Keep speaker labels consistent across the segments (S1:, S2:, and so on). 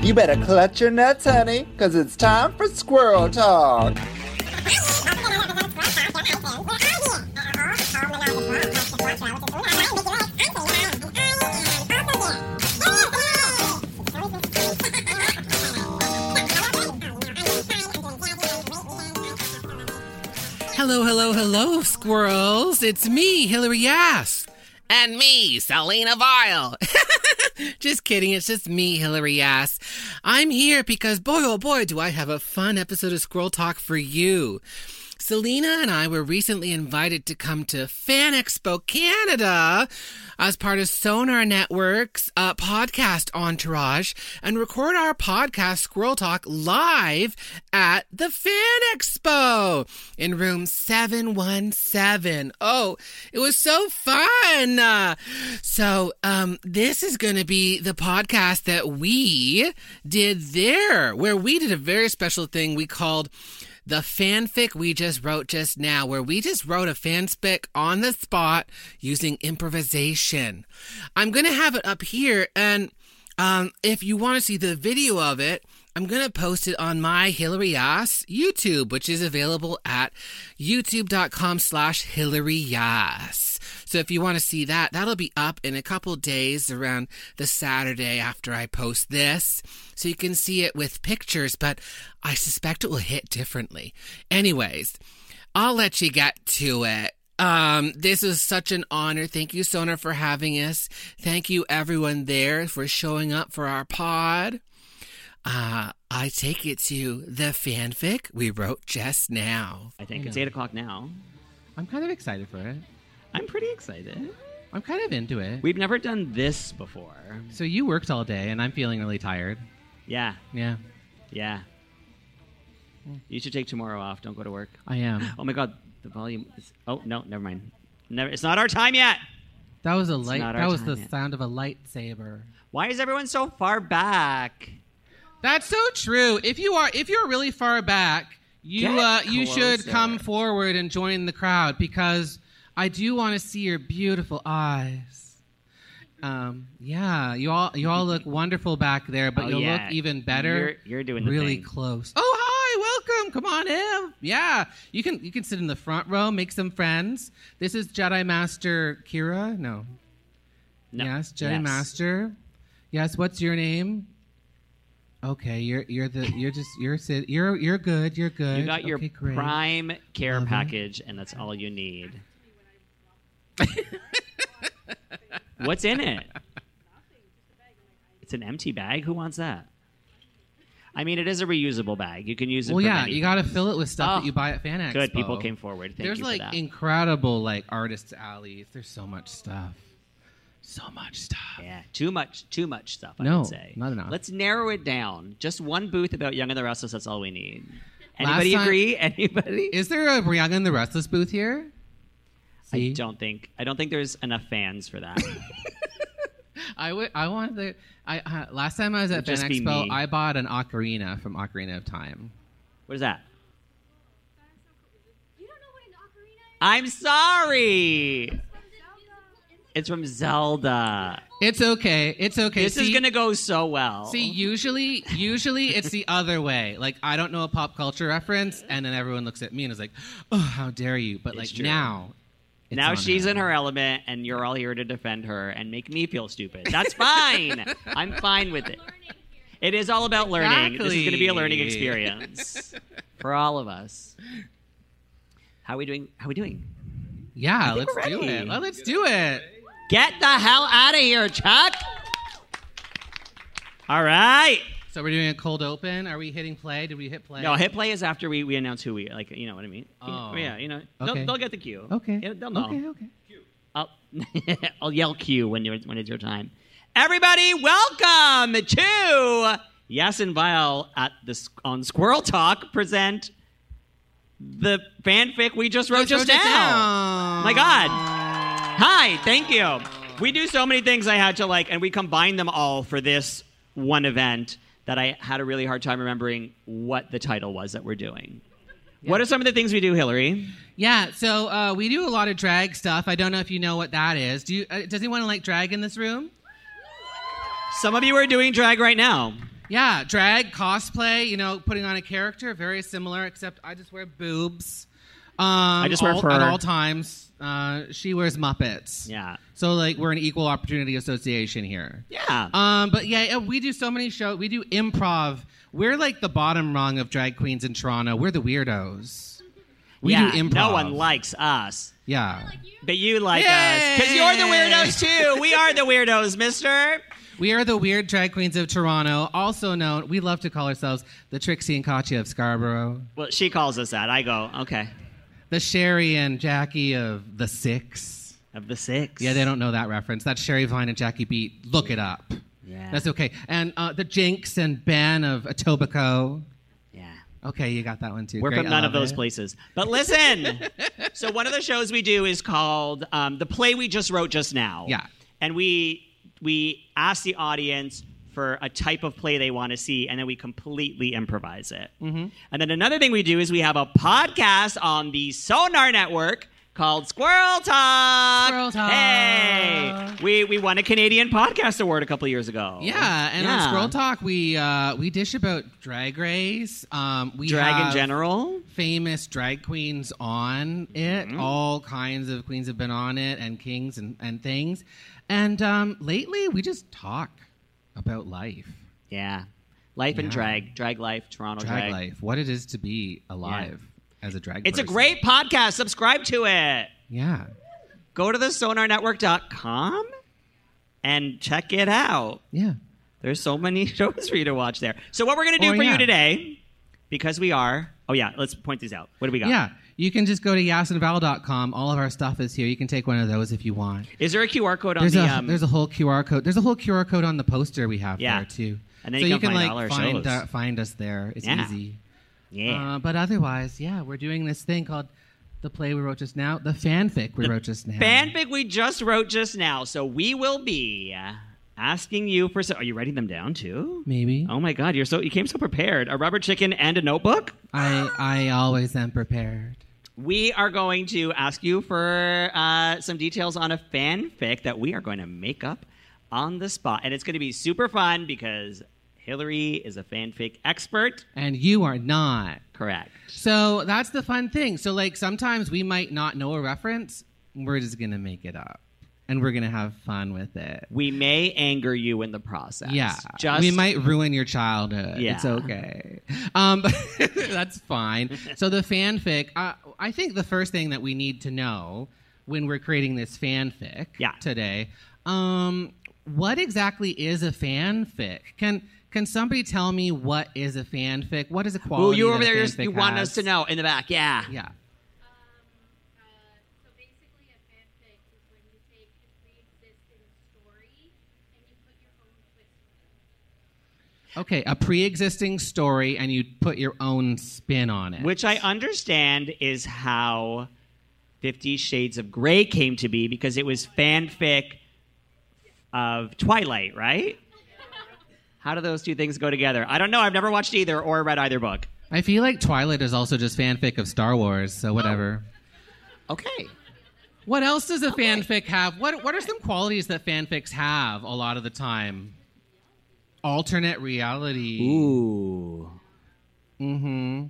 S1: You better clutch your nuts, honey, because it's time for squirrel talk.
S2: Hello, hello, hello, squirrels. It's me, Hillary Ass. And me, Selena Vile. just kidding, it's just me, Hillary Ass. I'm here because boy, oh boy, do I have a fun episode of Squirrel Talk for you. Selena and I were recently invited to come to Fan Expo Canada as part of Sonar Network's uh, podcast entourage and record our podcast Squirrel Talk live at the Fan Expo in room 717. Oh, it was so fun. Uh, so, um, this is going to be the podcast that we did there, where we did a very special thing we called the fanfic we just wrote just now, where we just wrote a fanfic on the spot using improvisation. I'm going to have it up here, and um, if you want to see the video of it, I'm going to post it on my Hillary Yas YouTube, which is available at youtube.com slash Hillary Yas. So if you want to see that, that'll be up in a couple days around the Saturday after I post this. So you can see it with pictures, but I suspect it will hit differently. Anyways, I'll let you get to it. Um, this is such an honor. Thank you, Sona, for having us. Thank you, everyone there, for showing up for our pod. Uh, I take it to the fanfic we wrote just now.
S3: I think
S4: I
S3: it's
S4: know.
S3: eight o'clock now.
S4: I'm kind of excited for it.
S3: I'm pretty excited.
S4: I'm kind of into it.
S3: We've never done this before.
S4: so you worked all day, and I'm feeling really tired.
S3: Yeah,
S4: Yeah,
S3: yeah.
S4: Hmm.
S3: You should take tomorrow off. Don't go to work.
S4: I am.
S3: Oh my god, the volume. Is, oh no, never mind. Never. It's not our time yet.
S4: That was a light.
S3: not our
S4: That was
S3: time
S4: the
S3: yet.
S4: sound of a lightsaber.
S3: Why is everyone so far back?
S4: That's so true. If you are if you're really far back, you
S3: Get
S4: uh, you should
S3: closer.
S4: come forward and join the crowd because I do want to see your beautiful eyes. Um, yeah, you all you all look wonderful back there, but
S3: Oh,
S4: you'll
S3: yeah.
S4: look even better.
S3: You're- you're doing the
S4: really
S3: thing.
S4: close. Oh hi, welcome. Come on in. Yeah, you can you can sit in the front row, make some friends. This is Jedi Master Kira. No,
S3: No.
S4: Yes, Jedi Master. Yes, what's your name? Okay, you're you're the you're just you're sit you're you're good, you're good.
S3: You got your
S4: okay, great.
S3: prime care package, and that's all you need. What's in it? It's an empty bag. Who wants that? I mean, it is a reusable bag. You can use it.
S4: Well
S3: for
S4: yeah,
S3: many
S4: you gotta
S3: things.
S4: fill it with stuff
S3: Oh,
S4: that you buy at Fan Expo.
S3: Good people came forward. Thank
S4: There's
S3: you for
S4: like
S3: that.
S4: incredible like artist alleys. There's so much stuff. So much stuff.
S3: yeah, too much, too much stuff. I
S4: No,
S3: would say
S4: not enough.
S3: Let's narrow it down. Just one booth about Young and the Restless. That's all we need. Anybody
S4: time-
S3: agree? Anybody?
S4: Is there a Rihanna and the Restless booth here?
S3: I
S4: See?
S3: don't think. I don't think there's enough fans for that.
S4: I would. I wanted to. I uh, last time I was at
S3: It'd just
S4: Fan
S3: be
S4: Expo,
S3: me.
S4: I bought an ocarina from Ocarina of Time.
S3: what is that?
S5: You don't know what an ocarina is?
S3: I'm sorry.
S5: Zelda.
S3: It's from Zelda.
S4: It's okay. It's okay.
S3: This is
S4: See-
S3: gonna go so well.
S4: See, usually, usually it's the other way. Like I don't know a pop culture reference, and then everyone looks at me and is like, "Oh, how dare you!" But like
S3: true.
S4: now, it's
S3: now
S4: on
S3: she's in her element, and you're all here to defend her and make me feel stupid. That's fine. I'm fine with it. It is all about learning. This is gonna be a learning
S4: Exactly.
S3: experience for all of us. How are we doing? How are we doing?
S4: Yeah,
S3: think
S4: let's
S3: we're
S4: do
S3: ready.
S4: it. Well, let's do it.
S3: Get the hell out of here, Chuck. All right.
S4: So we're doing a cold open. Are we hitting play? Did we hit play?
S3: No, hit play is after we, we announce who we like. You know what I mean?
S4: Oh.
S3: Yeah, you know they'll,
S4: Okay.
S3: they'll get the cue.
S4: Okay.
S3: Yeah, they'll know.
S4: Okay. Okay.
S3: I'll, I'll yell cue when, you're, when it's your time. Everybody, welcome to Yes and Vile at the s- on Squirrel Talk present the fanfic we just wrote just,
S2: wrote
S3: now.
S2: just now.
S3: My God! Hi, thank you. We do so many things I had to like, and we combined them all for this one event that I had a really hard time remembering what the title was that we're doing. What are some of the things we do, Hillary?
S2: Yeah, so uh, we do a lot of drag stuff. I don't know if you know what that is. Do you, uh, does anyone like drag in this room?
S3: Some of you are doing drag right now.
S2: Yeah, drag, cosplay, you know, putting on a character, very similar, except I just wear boobs. Um, I
S3: just wear
S2: all,
S3: fur.
S2: At all times. Uh, she wears Muppets.
S3: Yeah.
S2: So, like, we're an equal opportunity association here.
S3: Yeah.
S2: Um, but yeah, yeah, we do so many shows. We do improv. We're like the bottom rung of drag queens in Toronto. We're the weirdos. We
S3: yeah.
S2: do improv.
S3: No one likes us.
S2: Yeah.
S3: But you like
S2: Yay!
S3: us. Because you're the weirdos too. We are the weirdos, mister.
S2: We are the weird drag queens of Toronto, also known, we love to call ourselves the Trixie and Katya of Scarborough,
S3: Well, she calls us that. I go, okay.
S2: the Sherry and Jackie of the Six.
S3: Of the six.
S2: Yeah, they don't know that reference. That's Sherry Vine and Jackie Beat. Look it up.
S3: Yeah.
S2: That's okay. And uh, the Jinx and Ben of Etobicoke.
S3: Yeah.
S2: Okay, you got that one too.
S3: We're
S2: Great,
S3: from
S2: I
S3: none of
S2: love
S3: those
S2: it.
S3: places. But listen. so one of the shows we do is called um, the play we just wrote just now.
S2: Yeah.
S3: And we we ask the audience for a type of play they want to see, and then we completely improvise it.
S2: Mm-hmm.
S3: And then another thing we do is we have a podcast on the Sonar Network called Squirrel Talk.
S2: Squirrel Talk.
S3: Hey, we we won a Canadian Podcast Award a couple years ago.
S2: Yeah, and
S3: Yeah.
S2: on Scroll Talk, we uh, we dish about Drag Race. Um, we
S3: Drag in
S2: have
S3: general.
S2: famous drag queens on it.
S3: Mm-hmm.
S2: All kinds of queens have been on it, and kings and, and things. And um, lately, we just talk about life,
S3: Yeah. Life and drag, drag life, Toronto
S2: drag
S3: Oh, drag.
S2: life, what it is to be alive as a drag.
S3: It's a
S2: person.
S3: great podcast. Subscribe to it.
S2: yeah.
S3: Go to the sonarnetwork.com and check it out.
S2: Yeah.
S3: There's so many shows for you to watch there. So what we're going to do
S2: Oh,
S3: for
S2: yeah.
S3: you today because we are Oh yeah, let's point these out. What do we got?
S2: Yeah. You can just go to yasinval.com. All of our stuff is here. You can take one of those if you want.
S3: Is there a QR code on
S2: There's
S3: the
S2: a
S3: um,
S2: there's a whole QR code. There's a whole QR code on the poster we have
S3: Yeah.
S2: there too.
S3: And then
S2: so
S3: you
S2: you
S3: can
S2: can,
S3: find all
S2: like
S3: our
S2: find
S3: shows.
S2: uh, find us there. It's
S3: Yeah.
S2: easy.
S3: Yeah.
S2: Uh, but otherwise, yeah, we're doing this thing called the play we wrote just now, the fanfic we wrote just now.
S3: fanfic we just wrote just now. So we will be asking you for so Are you writing them down too?
S2: Maybe.
S3: Oh my god, you're so you came so prepared. A rubber chicken and a notebook?
S2: I I always am prepared.
S3: We are going to ask you for uh, some details on a fanfic that we are going to make up on the spot. And it's going to be super fun because Hillary is a fanfic expert.
S2: And you are not.
S3: Correct.
S2: So that's the fun thing. So like sometimes we might not know a reference. We're just gonna make it up. And we're gonna have fun with it.
S3: We may anger you in the process.
S2: Yeah,
S3: Just
S2: we might ruin your childhood.
S3: Yeah.
S2: It's okay. Um, that's fine. So the fanfic, uh, I think the first thing that we need to know when we're creating this fanfic
S3: Yeah.
S2: today, um, what exactly is a fanfic? Can can somebody tell me what is a fanfic? What is a quality?
S3: Ooh, you
S2: that
S3: over
S2: a
S3: there, just,
S2: fanfic
S3: you want
S2: has?
S3: us to know in the back. Yeah.
S2: Yeah.
S5: Uh, So basically, a fanfic is when you take a pre-existing story and you put your own twist on it.
S2: Okay, a pre-existing story, and you put your own spin on it.
S3: Which I understand is how Fifty Shades of Grey came to be because it was fanfic of Twilight, right? How do those two things go together? I don't know. I've never watched either or read either book.
S2: I feel like Twilight is also just fanfic of Star Wars.
S3: Oh.
S2: So whatever.
S3: Okay.
S2: What else does a fanfic have? What What are some qualities that fanfics have a lot of the time? Alternate reality.
S3: Ooh.
S2: Mm-hmm.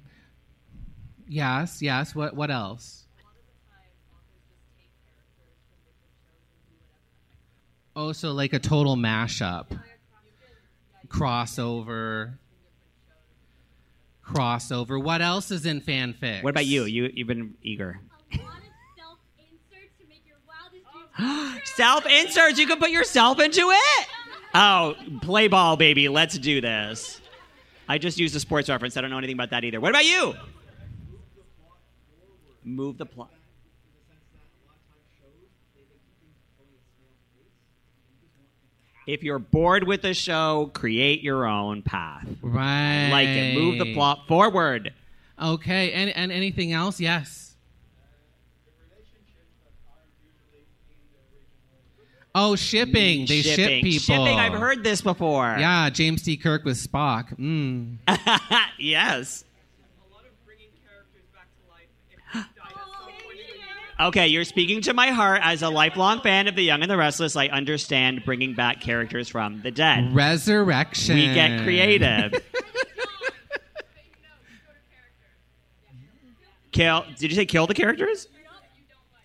S2: Yes, yes. What What else? Oh, so like a total mashup, crossover, crossover. What else is in fanfic?
S3: What about you? You you've been eager.
S5: A lot of self-inserts to make your wildest dreams
S3: Oh.
S5: come true.
S3: Self inserts. You can put yourself into it. Oh, play ball, baby. Let's do this. I just used a sports reference. I don't know anything about that either. What about you? Move the plot. If you're bored with a show, create your own path.
S2: Right.
S3: Like it. Move the plot forward.
S2: Okay. And, and anything else? Yes. Oh, shipping. They ship
S3: Shipping.
S2: people.
S3: Shipping, I've heard this before.
S2: Yeah, James T. Kirk with Spock. Mm.
S3: yes.
S5: Thank
S3: Okay, you're speaking to my heart. As a lifelong fan of The Young and the Restless, I understand bringing back characters from the dead.
S2: Resurrection.
S3: We get creative. Kill? Did you say kill the characters?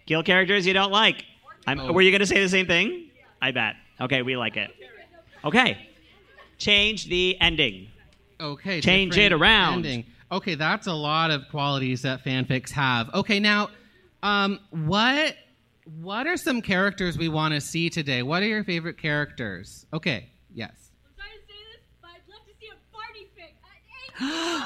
S3: Kill characters you don't like. I'm, Were you going to say the same thing? I bet. Okay, we like it. Okay, change the ending.
S2: Okay.
S3: Change
S2: different
S3: it around.
S2: ending. Okay, that's a lot of qualities that fanfics have. Okay, now, um, what what are some characters we want to see today? What are your favorite characters? Okay. Yes.
S5: Uh,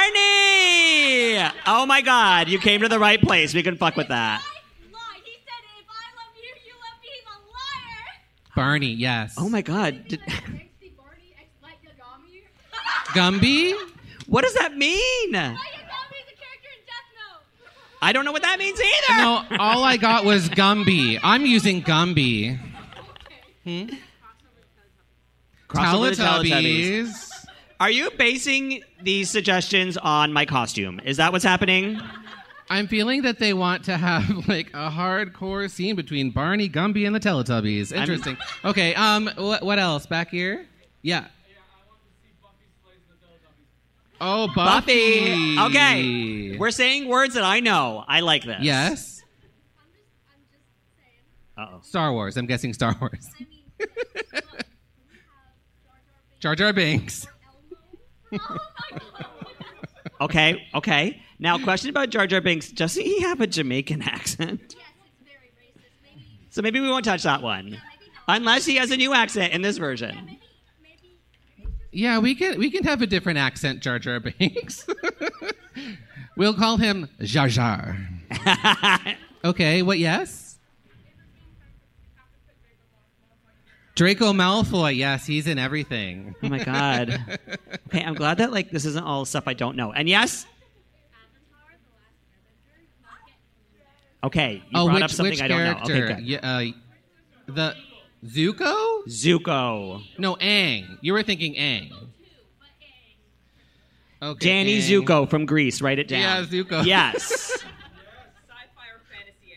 S3: Barney! Oh my God, you came to the right place. We can fuck with that.
S5: He said, if I love you, you love me. He's a liar.
S2: Barney. Yes.
S3: Oh my God, did,
S5: XD Barney, X Light Yagami.
S2: Gumby.
S3: what does that mean?
S5: Light Yagami is a character in Death Note.
S3: I don't know what that means either.
S2: No, all I got was Gumby. I'm using Gumby.
S3: Crossover with the Teletubbies.
S2: Teletubbies.
S3: Are you basing these suggestions on my costume? Is that what's happening?
S2: I'm feeling that they want to have like a hardcore scene between Barney, Gumby, and the Teletubbies. Interesting. okay. Um. What, what else back here? Yeah. Oh, Buffy.
S3: Buffy. Okay. We're saying words that I know. I like this.
S2: yes.
S3: Uh-oh.
S2: Star Wars. I'm guessing Star Wars.
S5: I mean, look, we have
S2: Jar
S5: Jar Jar Binks,
S2: Jar Binks.
S5: Elmo. Oh my god.
S3: Okay. Okay. Now, question about Jar Jar Binks. Doesn't he have a Jamaican accent?
S5: yes, it's very racist. Maybe,
S3: So maybe we won't touch that one. Unless he has a new accent in this version.
S5: maybe, maybe.
S2: Yeah, we can we can have a different accent, Jar Jar Binks. we'll call him Jar Jar. okay, what? Yes. Draco Malfoy. Yes, he's in everything.
S3: Oh my god. Okay, I'm glad that like this isn't all stuff I don't know. And yes. Okay, you
S2: Oh,
S3: brought up something I don't know. Okay, good.
S2: Yeah, uh, the Zuko?
S3: Zuko.
S2: No, Aang. You were thinking Aang. Okay,
S3: Danny
S2: Aang.
S3: Zuko from Greece. Write it down.
S2: Yeah, Zuko.
S3: Yes.
S6: Sci-fi or fantasy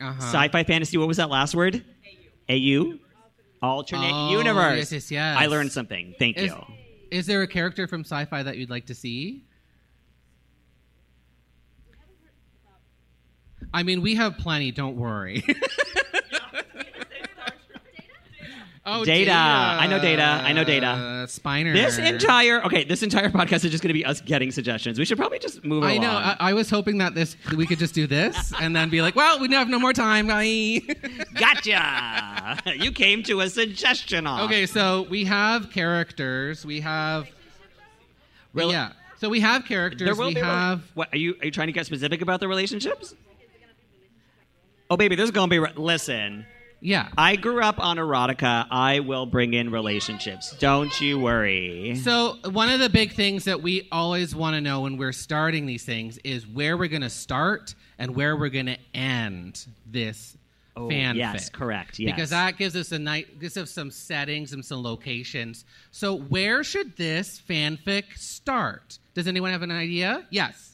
S6: AU?
S2: Uh-huh.
S3: Sci-fi, fantasy. What was that last word? AU. Alternate
S2: Oh,
S3: universe.
S2: yes, yes, yes.
S3: I learned something. Thank
S2: Is,
S3: you.
S2: is there a character from sci-fi that you'd like to see? I mean, we have plenty. Don't worry. oh, Uh,
S3: Data. I know Data. I know Data.
S2: Spiner.
S3: This entire okay, this entire podcast is just going to be us getting suggestions. We should probably just move it
S2: I know. uh,
S3: along.
S2: I, I was hoping that this we could just do this and then be like, well, we have no more time. Bye.
S3: gotcha. you came to a suggestion on.
S2: okay, so we have characters. We have.
S3: Rel-
S2: yeah. So we have characters.
S3: There will
S2: we
S3: be
S2: have.
S3: What are you? Are you trying to get specific about the relationships? Oh, baby, this is gonna be. Re- Listen,
S2: yeah.
S3: I grew up on erotica. I will bring in relationships. Don't you worry.
S2: So one of the big things that we always want to know when we're starting these things is where we're going to start and where we're going to end this
S3: Oh,
S2: fanfic.
S3: yes, correct, yes.
S2: Because that gives us a night gives us some settings and some locations. So where should this fanfic start? Does anyone have an idea? Yes.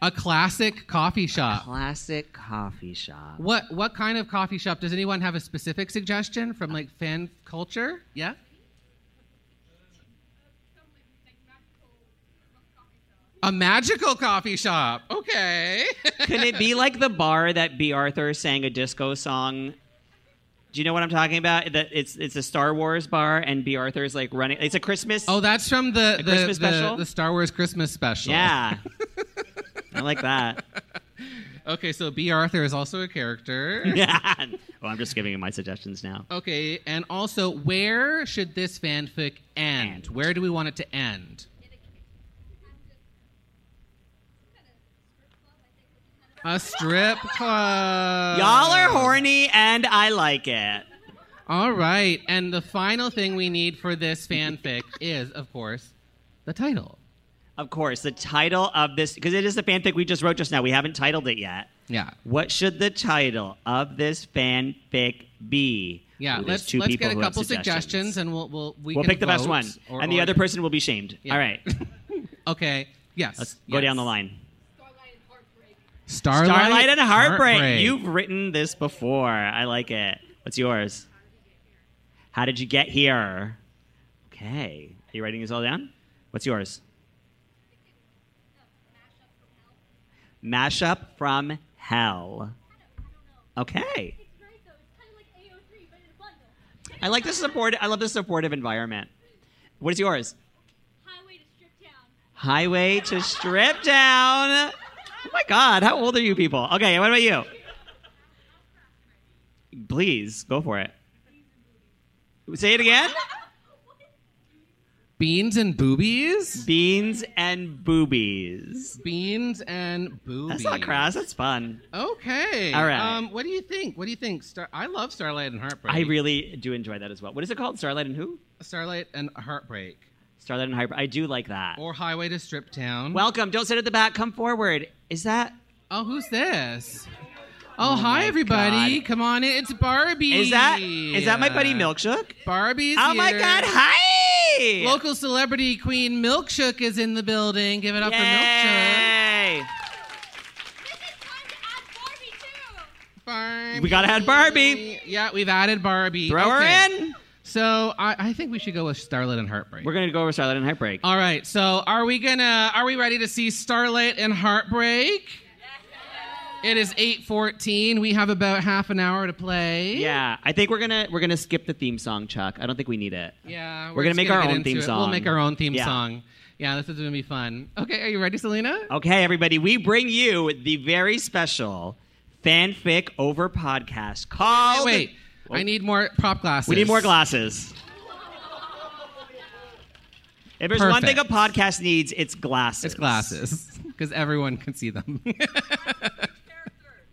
S2: A classic coffee shop.
S3: Classic coffee shop.
S2: what what kind of coffee shop? Does anyone have a specific suggestion from like fan culture? Yeah. A magical coffee shop. Okay.
S3: Can it be like the bar that B. Arthur sang a disco song? Do you know what I'm talking about? That it's it's a Star Wars bar, and B. Arthur's like running. It's a Christmas.
S2: oh, that's from the the,
S3: Christmas
S2: the-
S3: special?
S2: the Star Wars Christmas special.
S3: yeah. I like that.
S2: Okay, so B. Arthur is also a character.
S3: Yeah. Oh, I'm just giving you my suggestions now.
S2: Okay, and also, where should this fanfic end?
S3: End.
S2: Where do we want it to end? A strip club.
S3: Y'all are horny, and I like it.
S2: All right. And the final thing we need for this fanfic is, of course, the title.
S3: Of course, the title of this because it is the fanfic we just wrote just now. We haven't titled it yet.
S2: Yeah.
S3: What should the title of this fanfic be?
S2: Yeah,
S3: Ooh, there's
S2: let's
S3: two
S2: let's
S3: people
S2: get a
S3: who have
S2: couple suggestions, and we'll we'll we
S3: We'll
S2: can
S3: pick the best
S2: vote,
S3: one,
S2: or-
S3: and the
S2: or-
S3: other person will be shamed.
S2: Yeah.
S3: All right,
S2: Okay. Yes.
S3: let's go
S2: yes.
S3: down the line.
S2: Starlight,
S3: Starlight and Heartbreak. You've written this before. I like it. What's yours? How did you get here? Okay. Are you writing this all down? What's yours? Mashup from hell. Okay.
S5: Right though, it's kind of like AO3, but in a bundle.
S3: I like the support. I love the supportive environment. What is yours?
S5: Highway to Strip Town.
S3: Highway to Strip Down. Oh my God, how old are you people? Okay, what about you? Please go for it. Say it again.
S2: Beans and boobies.
S3: Beans and boobies.
S2: Beans and boobies.
S3: That's not crass. That's fun.
S2: Okay.
S3: All right.
S2: Um, what do you think? What do you think? Star- I love Starlight and Heartbreak.
S3: I really do enjoy that as well. What is it called? Starlight and who?
S2: Starlight and Heartbreak
S3: Starlight and Hyper. I do like that.
S2: or Highway to Strip Town.
S3: Welcome. Don't sit at the back. Come forward. Is that
S2: oh, who's this? Oh,
S3: my
S2: hi everybody!
S3: God.
S2: Come on in. It's Barbie.
S3: is that is that my buddy Milkshook?
S2: Barbie's
S3: Oh my
S2: here.
S3: God! Hi.
S2: Local celebrity queen Milkshook is in the building. Give it up for Milkshook.
S3: Yay!
S5: This is time to add Barbie too.
S2: Barbie.
S3: We gotta add Barbie.
S2: Yeah, we've added Barbie.
S3: Throw
S2: Okay.
S3: her in.
S2: So I, I think we should go with Starlet and Heartbreak.
S3: We're gonna go over Starlight and Heartbreak.
S2: All right. So are we gonna are we ready to see Starlight and Heartbreak? It is 8:14. We have about half an hour to play.
S3: yeah, I think we're gonna we're gonna skip the theme song, Chuck. I don't think we need it.
S2: Yeah.
S3: We're gonna
S2: just
S3: make our
S2: get
S3: own
S2: into
S3: theme
S2: it. We'll
S3: song.
S2: make our own theme
S3: Yeah.
S2: song. Yeah, this is gonna be fun. Okay, are you ready, Selena?
S3: Okay, everybody, we bring you the very special fanfic over podcast
S2: Oh,
S3: called.
S2: wait. I need more prop glasses.
S3: oh. We need more glasses. If there's one thing a
S2: Perfect.
S3: podcast needs, it's glasses.
S2: It's glasses because everyone can see them.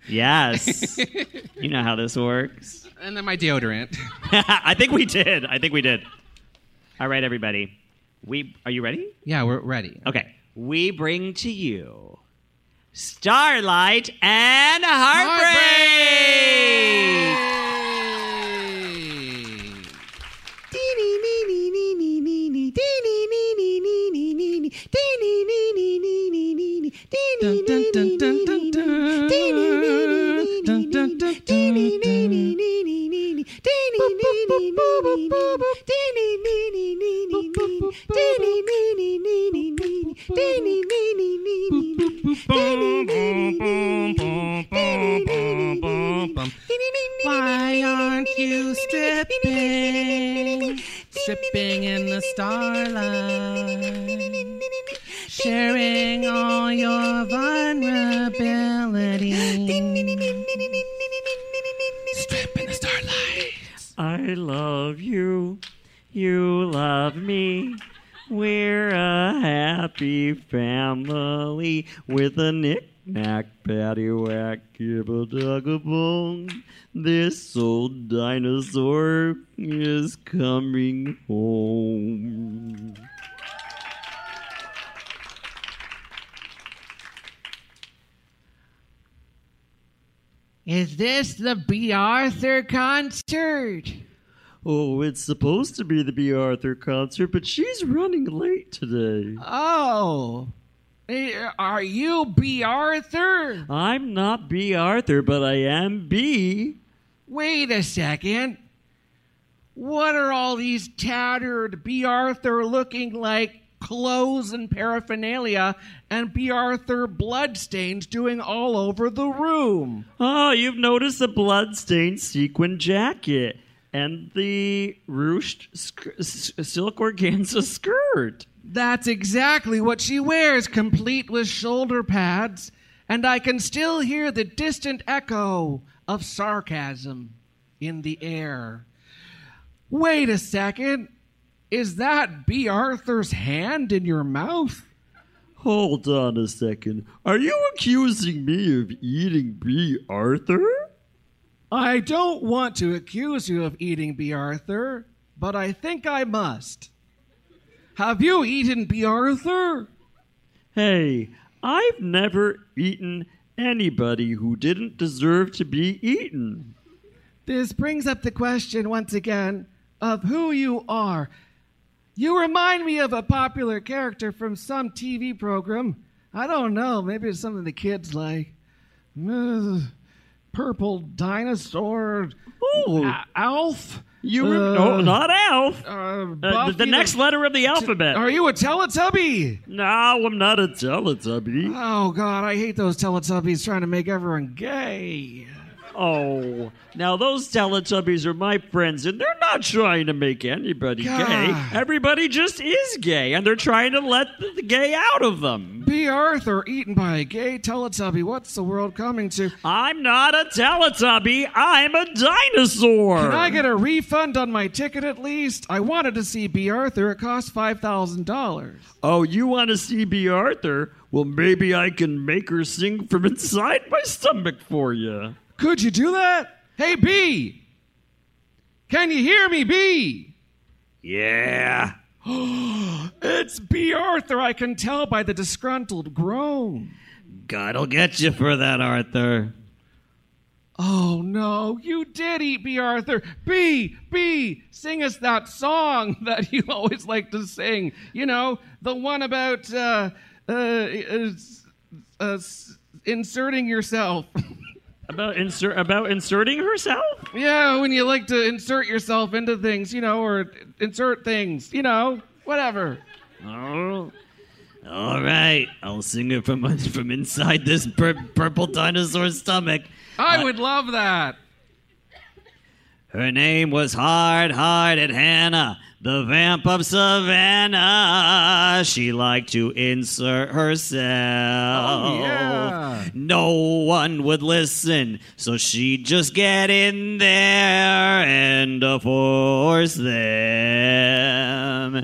S3: Yes. you know how this works.
S2: and then my deodorant.
S3: I think we did. I think we did. All right, everybody. We are you ready?
S2: Yeah, we're ready.
S3: Okay. We bring to you Starlight and Heartbreak.
S2: Heartbreak! Dun, dun, dun, dun, dun, dun. Dun, dun, dun, dun, dun. Why aren't you stripping? Stripping in the starlight, sharing all your vulnerability. Strip in the starlight.
S3: I love you. You love me. We're a happy family with a knick-knack, paddywhack, give a dog a bone. This old dinosaur is coming home.
S2: Is this the B. Arthur concert?
S3: Oh, it's supposed to be the B. Arthur concert, but she's running late today.
S2: Oh. Are you B. Arthur?
S3: I'm not B. Arthur, but I am B.
S2: Wait a second. What are all these tattered B. Arthur looking like clothes and paraphernalia and B. Arthur bloodstains doing all over the room?
S3: Oh, you've noticed the bloodstained sequin jacket and the ruched sk- s- silk organza skirt.
S2: That's exactly what she wears, complete with shoulder pads, and I can still hear the distant echo of sarcasm in the air. Wait a second. Is that B. Arthur's hand in your mouth?
S3: Hold on a second. Are you accusing me of eating B. Arthur?
S2: I don't want to accuse you of eating B. Arthur, but I think I must. Have you eaten B. Arthur?
S3: Hey, I've never eaten anybody who didn't deserve to be eaten.
S2: This brings up the question once again of who you are. You remind me of a popular character from some TV program. I don't know, maybe it's something the kids like. Ugh, Purple dinosaur.
S3: Oh,
S2: A- Alf?
S3: you
S2: uh,
S3: were no, not Alf.
S2: Uh,
S3: Uh,
S2: Buffy
S3: the, the next letter of the alphabet.
S2: Are you a Teletubby?
S3: no, I'm not a Teletubby.
S2: Oh, God, I hate those Teletubbies trying to make everyone gay.
S3: Oh, now those Teletubbies are my friends, and they're not trying to make anybody
S2: God.
S3: gay. Everybody just is gay, and they're trying to let the, the gay out of them.
S2: B. Arthur eaten by a gay Teletubby. What's the world coming to?
S3: I'm not a Teletubby. I'm a dinosaur.
S2: Can I get a refund on my ticket at least? I wanted to see B. Arthur. It cost $5,000.
S3: Oh, you want to see B. Arthur? Well, maybe I can make her sing from inside my stomach for you.
S2: Could you do that? Hey, B! Can you hear me, B?
S3: Yeah.
S2: It's B. Arthur. I can tell by the disgruntled groan.
S3: God'll get you for that, Arthur.
S2: Oh no, you did eat me, Arthur. B, B, sing us that song that you always like to sing. You know, the one about uh, uh, uh, uh, inserting yourself.
S3: About insert about inserting herself?
S2: yeah, when you like to insert yourself into things, you know, or insert things, you know, whatever.
S3: Oh. All right, I'll sing it from from inside this pur- purple dinosaur's stomach.
S2: I would love that.
S3: Her name was hard-hearted Hannah, the vamp of Savannah. She liked to insert herself.
S2: Oh, yeah.
S3: No one would listen, so she'd just get in there and uh, force them.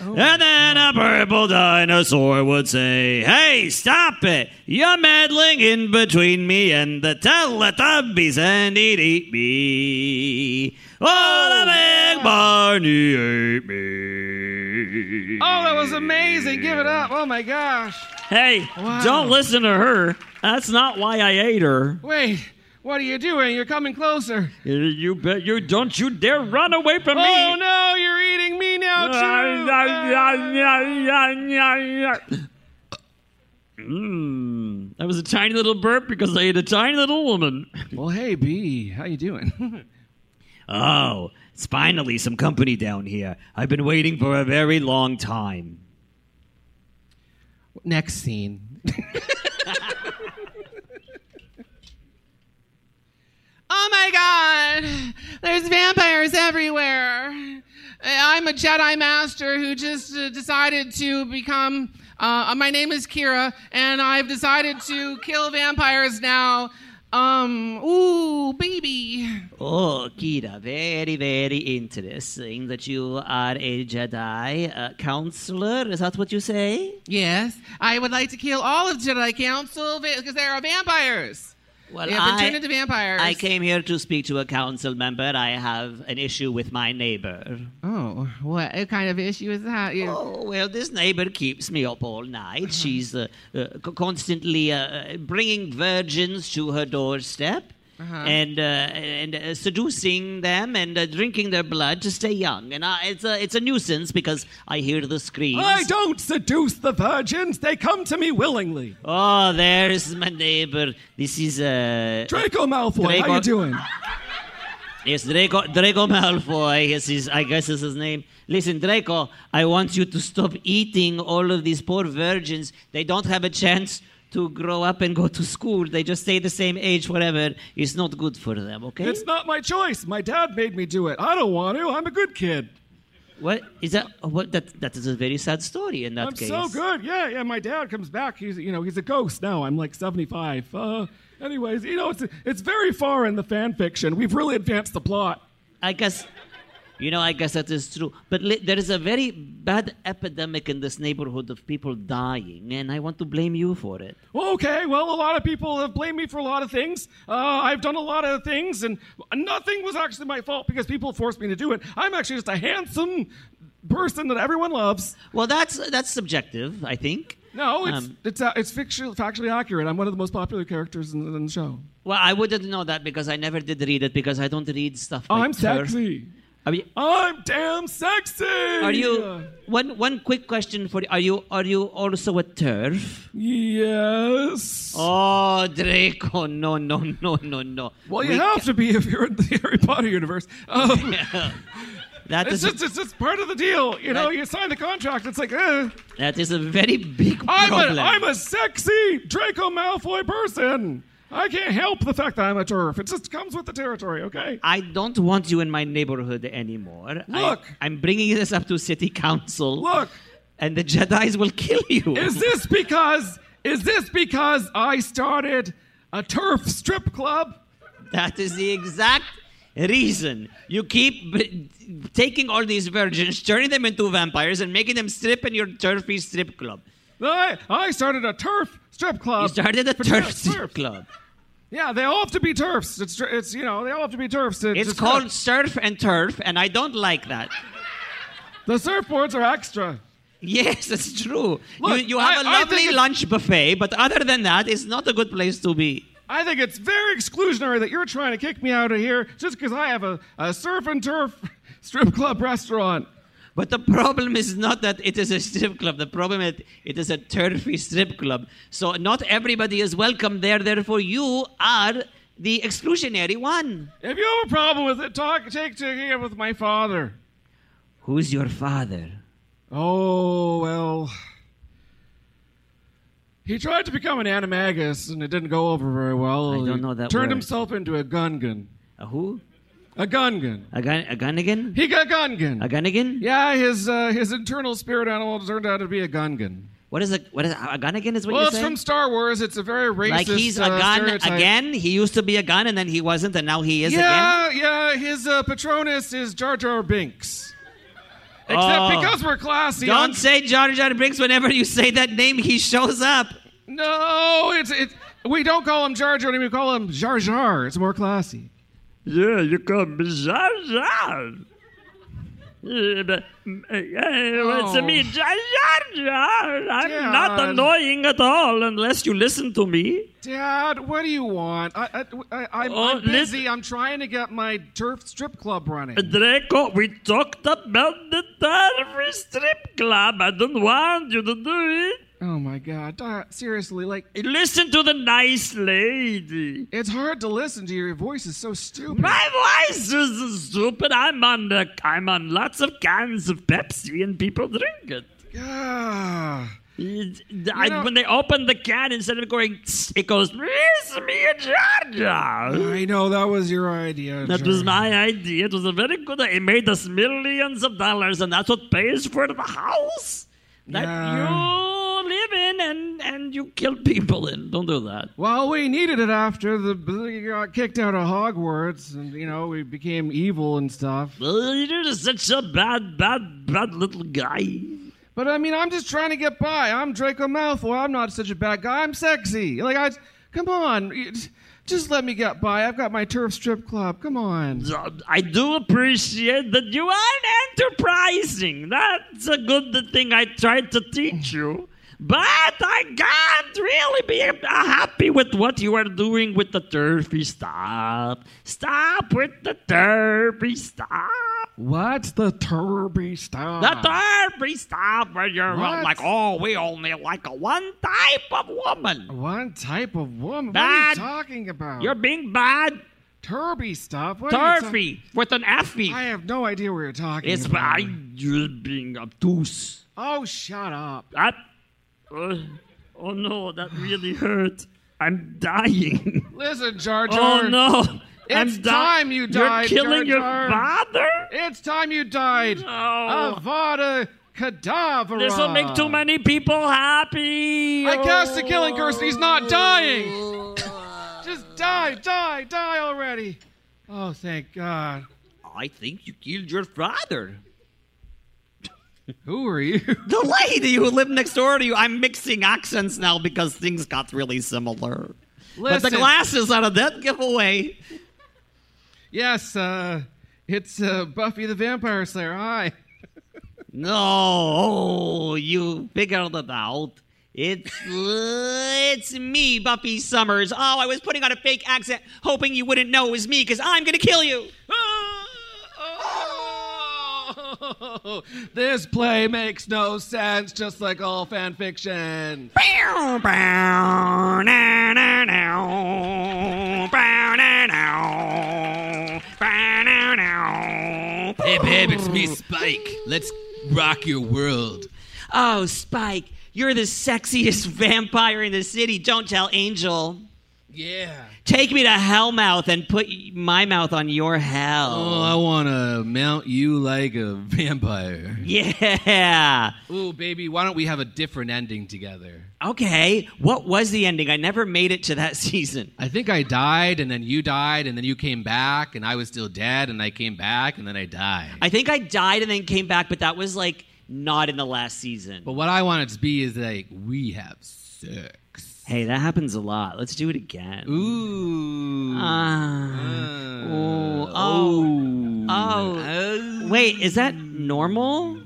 S3: and then a purple dinosaur would say, Hey, stop it! You're meddling in between me and the Teletubbies and eat, eat me. Oh, the big Barney ate me.
S2: Oh, that was amazing. Give it up. Oh my gosh.
S3: Hey,
S2: Wow.
S3: don't listen to her. That's not why I ate her.
S2: Wait, what are you doing? You're coming closer.
S3: You bet you don't you dare run away from me.
S2: Oh no, you're eating me now too.
S7: Uh.
S3: Mm, that was a tiny little burp because I ate a tiny little woman.
S2: Well, hey B, how you doing?
S3: Oh, it's finally some company down here. I've been waiting for a very long time.
S7: Next scene. oh my god! There's vampires everywhere. I- I'm a Jedi Master who just uh, decided to become. Uh, my name is Kira, and I've decided to kill vampires now. Um, ooh, baby.
S4: Oh, Kira, very, very interesting that you are a Jedi uh, counselor. Is that what you say?
S7: Yes, I would like to kill all of Jedi Council because they are vampires.
S4: Well,
S7: They have been turned into vampires.
S4: I came here to speak to a council member. I have an issue with my neighbor.
S7: Oh, what kind of issue is that? You-
S4: Oh, well, this neighbor keeps me up all
S2: Uh-huh.
S4: night. She's uh, uh, c- constantly uh, uh, bringing virgins to her doorstep.
S2: Uh-huh.
S4: And uh, and uh, seducing them and uh, drinking their blood to stay young, and I, it's a it's a nuisance because I hear the screams.
S2: I don't seduce the virgins. They come to me willingly.
S4: Oh, there's my neighbor. This is uh,
S2: Draco Malfoy, how
S4: Draco-
S2: you doing?
S4: Yes, Draco, Draco Malfoy. Yes, is I guess is his name. Listen, Draco, I want you to stop eating all of these poor virgins. They don't have a chance to grow up and go to school. They just stay the same age forever. It's not good for them. Okay?
S2: It's not my choice. My dad made me do it. I don't want to. I'm a good kid.
S4: what is that? oh, What that? That is a very sad story in that
S2: I'm
S4: case.
S2: so good. Yeah, yeah. My dad comes back. He's you know he's a ghost now. I'm like 75. Uh, anyways, you know it's it's very far in the fan fiction. We've really advanced the plot.
S4: I guess.
S3: You know, I guess that is true. But li- there is a very bad epidemic in this neighborhood of people dying, and I want to blame you for it.
S4: Okay, well, a lot of people have blamed me for a lot of things. Uh, I've done a lot of things, and nothing was actually my fault because people forced me to do it. I'm actually just a handsome person that everyone loves.
S3: Well, that's that's subjective, I think.
S4: No, it's
S3: Um,
S4: it's, uh, it's factual, factually accurate. I'm one of the most popular characters in, the- in the show.
S3: Well, I wouldn't know that because I never did read it because I don't read stuff.
S4: I'm
S3: like Turf.
S4: sexy.
S3: I mean,
S4: I'm damn sexy.
S3: are you one one quick question for you? Are you are you also a turf?
S4: Yes.
S3: Oh, Draco! No, no, no, no, no.
S4: well, you
S3: We
S4: have to be if you're in the Harry Potter universe. Um,
S3: ca- that
S4: It's
S3: is
S4: just, it's just part of the deal. You know,
S3: Right.
S4: you sign the contract. It's like, eh.
S3: that is a very big
S4: I'm
S3: problem.
S4: a, I'm a sexy Draco Malfoy person. I can't help the fact that I'm a turf. It just comes with the territory, okay?
S3: I don't want you in my neighborhood anymore.
S4: Look.
S3: I, am bringing this up to city council.
S4: Look.
S3: and the Jedi's will kill you.
S4: Is this because is this because I started a turf strip club?
S3: That is the exact reason you keep b- taking all these virgins, turning them into vampires, and making them strip in your turfy strip club.
S4: I, I started a turf strip club.
S3: You started a
S4: Uh, for
S3: turf
S4: tur-
S3: strip
S4: turfs.
S3: club.
S4: Yeah, they all have to be turfs. It's tr- it's you know they all have to be turfs.
S3: It's
S4: just-
S3: called surf and turf, and I don't like that.
S4: the surfboards are extra.
S3: Yes, it's true.
S4: Look,
S3: you, you have a
S4: I- I think
S3: lovely
S4: it's-
S3: lunch buffet, but other than that, it's not a good place to be.
S4: I think it's very exclusionary that you're trying to kick me out of here just because I have a, a surf and turf strip club restaurant.
S3: But the problem is not that it is a strip club. The problem is it is a turfy strip club. So not everybody is welcome there. Therefore, you are the exclusionary one.
S4: If you have a problem with it, talk take to here with my father.
S3: Who's your father?
S4: Oh well. He tried to become an animagus and it didn't go over very well.
S3: I don't
S4: He
S3: know that
S4: Turned
S3: word.
S4: himself into a gungan.
S3: A who?
S4: A gungan.
S3: A gun? A Gunnigan?
S4: He got gungan.
S3: A Gunnigan?
S4: yeah, his uh, his internal spirit animal turned out to be a gungan.
S3: What is a what is a Gunnigan? Is what
S4: Well,
S3: you're
S4: it's
S3: saying?
S4: from Star Wars. It's a very racist.
S3: like he's a
S4: Oh, uh,
S3: gun
S4: stereotype.
S3: again. He used to be a gun and then he wasn't, and now he is again.
S4: Yeah, yeah. His uh, Patronus is Jar Jar Binks. Except
S3: Oh.
S4: because we're classy.
S3: Don't
S4: I'm-
S3: say Jar Jar Binks whenever you say that name. He shows up.
S4: no, it's it. We don't call him Jar Jar. We call him Jar Jar. It's more classy.
S3: Yeah, you come Jar Jar. uh,
S4: it's me,
S3: I'm
S4: Yeah. not
S3: annoying at all unless you listen to me.
S4: Dad, what do you want? I, I, I, I'm,
S3: Oh,
S4: I'm busy.
S3: listen- Uh,
S4: I'm trying to get my turf strip club running.
S3: Draco, we talked about the Tarver Strip Club. I don't want you to do
S4: oh my God, Dad, seriously, like
S3: it. Listen to the nice lady.
S4: it's hard to listen to your voice. Is so stupid.
S3: My voice is stupid. I'm on the, I'm on lots of cans of Pepsi and people drink it.
S4: Ah.
S3: It- I-
S4: know-
S3: when they open the can, instead of going, "Tss," it goes, "Miss me a Jar Jar."
S4: I know that was your idea.
S3: That
S4: Jar
S3: was
S4: Jar.
S3: my idea. It was a very good idea. It made us millions of dollars, and that's what pays for the house that
S4: Yeah.
S3: you live in and, and you kill people in. Don't do that.
S4: Well, we needed it after the we got kicked out of Hogwarts, and you know we became evil and stuff.
S3: Well, You're just such a bad, bad, bad little guy.
S4: But I mean, I'm just trying to get by. I'm Draco Malfoy. I'm not such a bad guy. I'm sexy. Like I, come on, you- just let me get by. I've got my turf strip club. Come on.
S3: I do appreciate that you are enterprising. That's a good thing I tried to teach you. But I can't really be uh, happy with what you are doing with the turfy. Stop. Stop with the turfy. Stop.
S4: What's the turby style?
S3: The turfy. Stop. Where you're uh,
S4: Uh-huh. What?
S3: like, oh, we only like one type of woman.
S4: One type of woman.
S3: Dad,
S4: what are you talking about?
S3: You're being bad.
S4: turby stuff. What Uh-huh. are you ta-
S3: Turfy. With an effie.
S4: I have no idea what you're talking
S3: It's
S4: about.
S3: I you're being obtuse.
S4: Oh, shut up.
S3: That. Uh, oh no, that really hurt. I'm dying.
S4: Listen, Jar Jar.
S3: Oh no.
S4: It's
S3: I'm
S4: time you died,
S3: You're killing
S4: Jar
S3: your
S4: Jar.
S3: father?
S4: It's time you died.
S3: No.
S4: Avada Kedavra.
S3: this will make too many people happy. Oh.
S4: I cast the killing curse. and He's not dying. Just die, die, die already. Oh, thank God.
S3: I think you killed your father.
S4: Who are you?
S3: The lady who lived next door to you. I'm mixing accents now because things got really similar. But the
S4: Listen.
S3: glasses out of that giveaway.
S4: yes, uh, it's uh, Buffy the Vampire Slayer. Hi.
S3: No, oh, you figured it out. It's it's me, Buffy Summers. Oh, I was putting on a fake accent, hoping you wouldn't know it was me, because I'm gonna kill you.
S4: this play makes no sense, just like all fan fiction.
S3: Bow, bow, na, na, na. Bow, na, na. Bow, na, na.
S8: Hey, babe, it's me, Spike. Let's rock your world.
S3: Oh, Spike, you're the sexiest vampire in the city. Don't tell Angel.
S8: Yeah.
S3: Take me to Hellmouth and put my mouth on your hell.
S8: Oh, I want to mount you like a vampire.
S3: Yeah.
S4: Ooh, baby, why don't we have a different ending together?
S3: Okay. What was the ending? I never made it to that season.
S4: I think I died, and then you died, and then you came back, and I was still dead, and I came back, and then I died.
S3: I think I died and then came back, but that was like not in the last season.
S4: but what I wanted to be is like, we have sex.
S3: Hey, that happens a lot. Let's do it again.
S4: Ooh.
S3: Uh,
S4: Uh,
S3: Ah. Ooh. Oh. Oh.
S4: Uh,
S3: Wait, is that normal?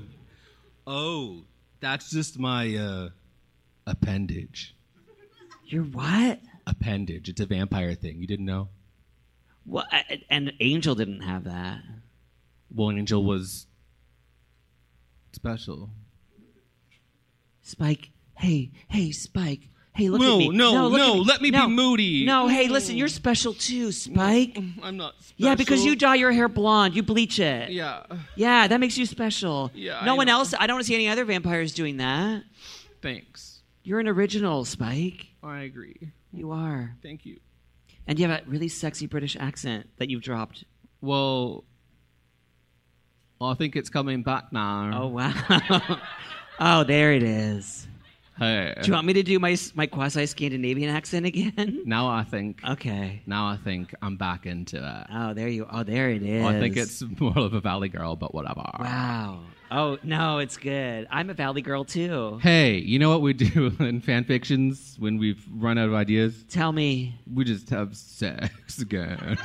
S4: Oh, that's just my uh, appendage.
S3: You're what?
S4: Appendage. It's a vampire thing. You didn't know?
S3: What? And Angel didn't have that.
S4: Well, an angel was special.
S3: Spike. Hey, hey, Spike. Hey, look
S4: No,
S3: at me.
S4: no,
S3: look at
S4: no, let me be moody.
S3: No, hey, listen, you're special too, Spike.
S4: I'm not.
S3: Yeah, because you dye your hair blonde, you bleach it.
S4: Yeah.
S3: Yeah, that makes you special.
S4: Yeah,
S3: No
S4: I
S3: one
S4: know.
S3: else. I don't see any other vampires doing that.
S4: Thanks.
S3: You're an original, Spike.
S4: I agree.
S3: You are.
S4: Thank you.
S3: And you have a really sexy British accent that you've dropped.
S4: Well, I think it's coming back now.
S3: Oh wow.
S4: Mm-hmm.
S3: oh, there it is.
S4: Hey.
S3: Do you want me to do my my quasi Scandinavian accent again?
S4: Now I think.
S3: Okay.
S4: Now I think I'm back into it.
S3: Oh, there you. Oh, there it is.
S4: I think it's more of a valley girl, but whatever.
S3: Wow. Oh no, it's good. I'm a valley girl too.
S4: Hey, you know what we do in fan fictions when we've run out of ideas?
S3: Tell me.
S4: We just have sex again.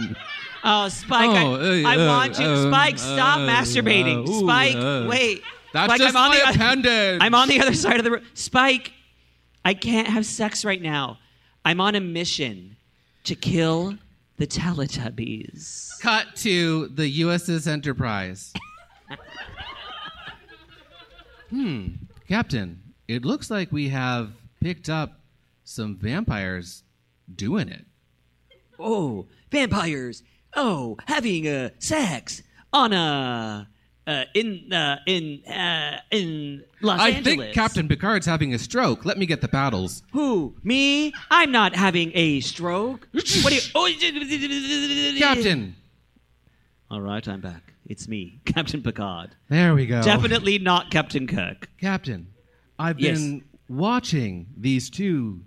S3: Oh, Spike,
S4: Oh,
S3: I,
S4: uh,
S3: I
S4: uh,
S3: want you.
S4: uh,
S3: Spike, stop
S4: uh,
S3: masturbating.
S4: uh, ooh,
S3: Spike,
S4: uh.
S3: wait.
S4: That's
S3: Spike,
S4: just
S3: I'm on
S4: my
S3: the,
S4: appendage.
S3: I'm on the other side of the room. Spike, I can't have sex right now. I'm on a mission to kill the Teletubbies.
S4: Cut to the USS Enterprise. hmm, Hmm, Captain, it looks like we have picked up some vampires doing it.
S3: Oh, vampires. Oh, having uh, sex on a. Uh, in uh, in uh, in Los
S4: I
S3: Angeles.
S4: think Captain Picard's having a stroke. Let me get the battles.
S3: Who? Me? I'm not having a stroke. what do you? Oh,
S4: Captain!
S3: All right, I'm back. It's me, Captain Picard.
S4: There we go.
S3: Definitely not Captain Kirk.
S4: Captain, I've
S3: Yes.
S4: been watching these two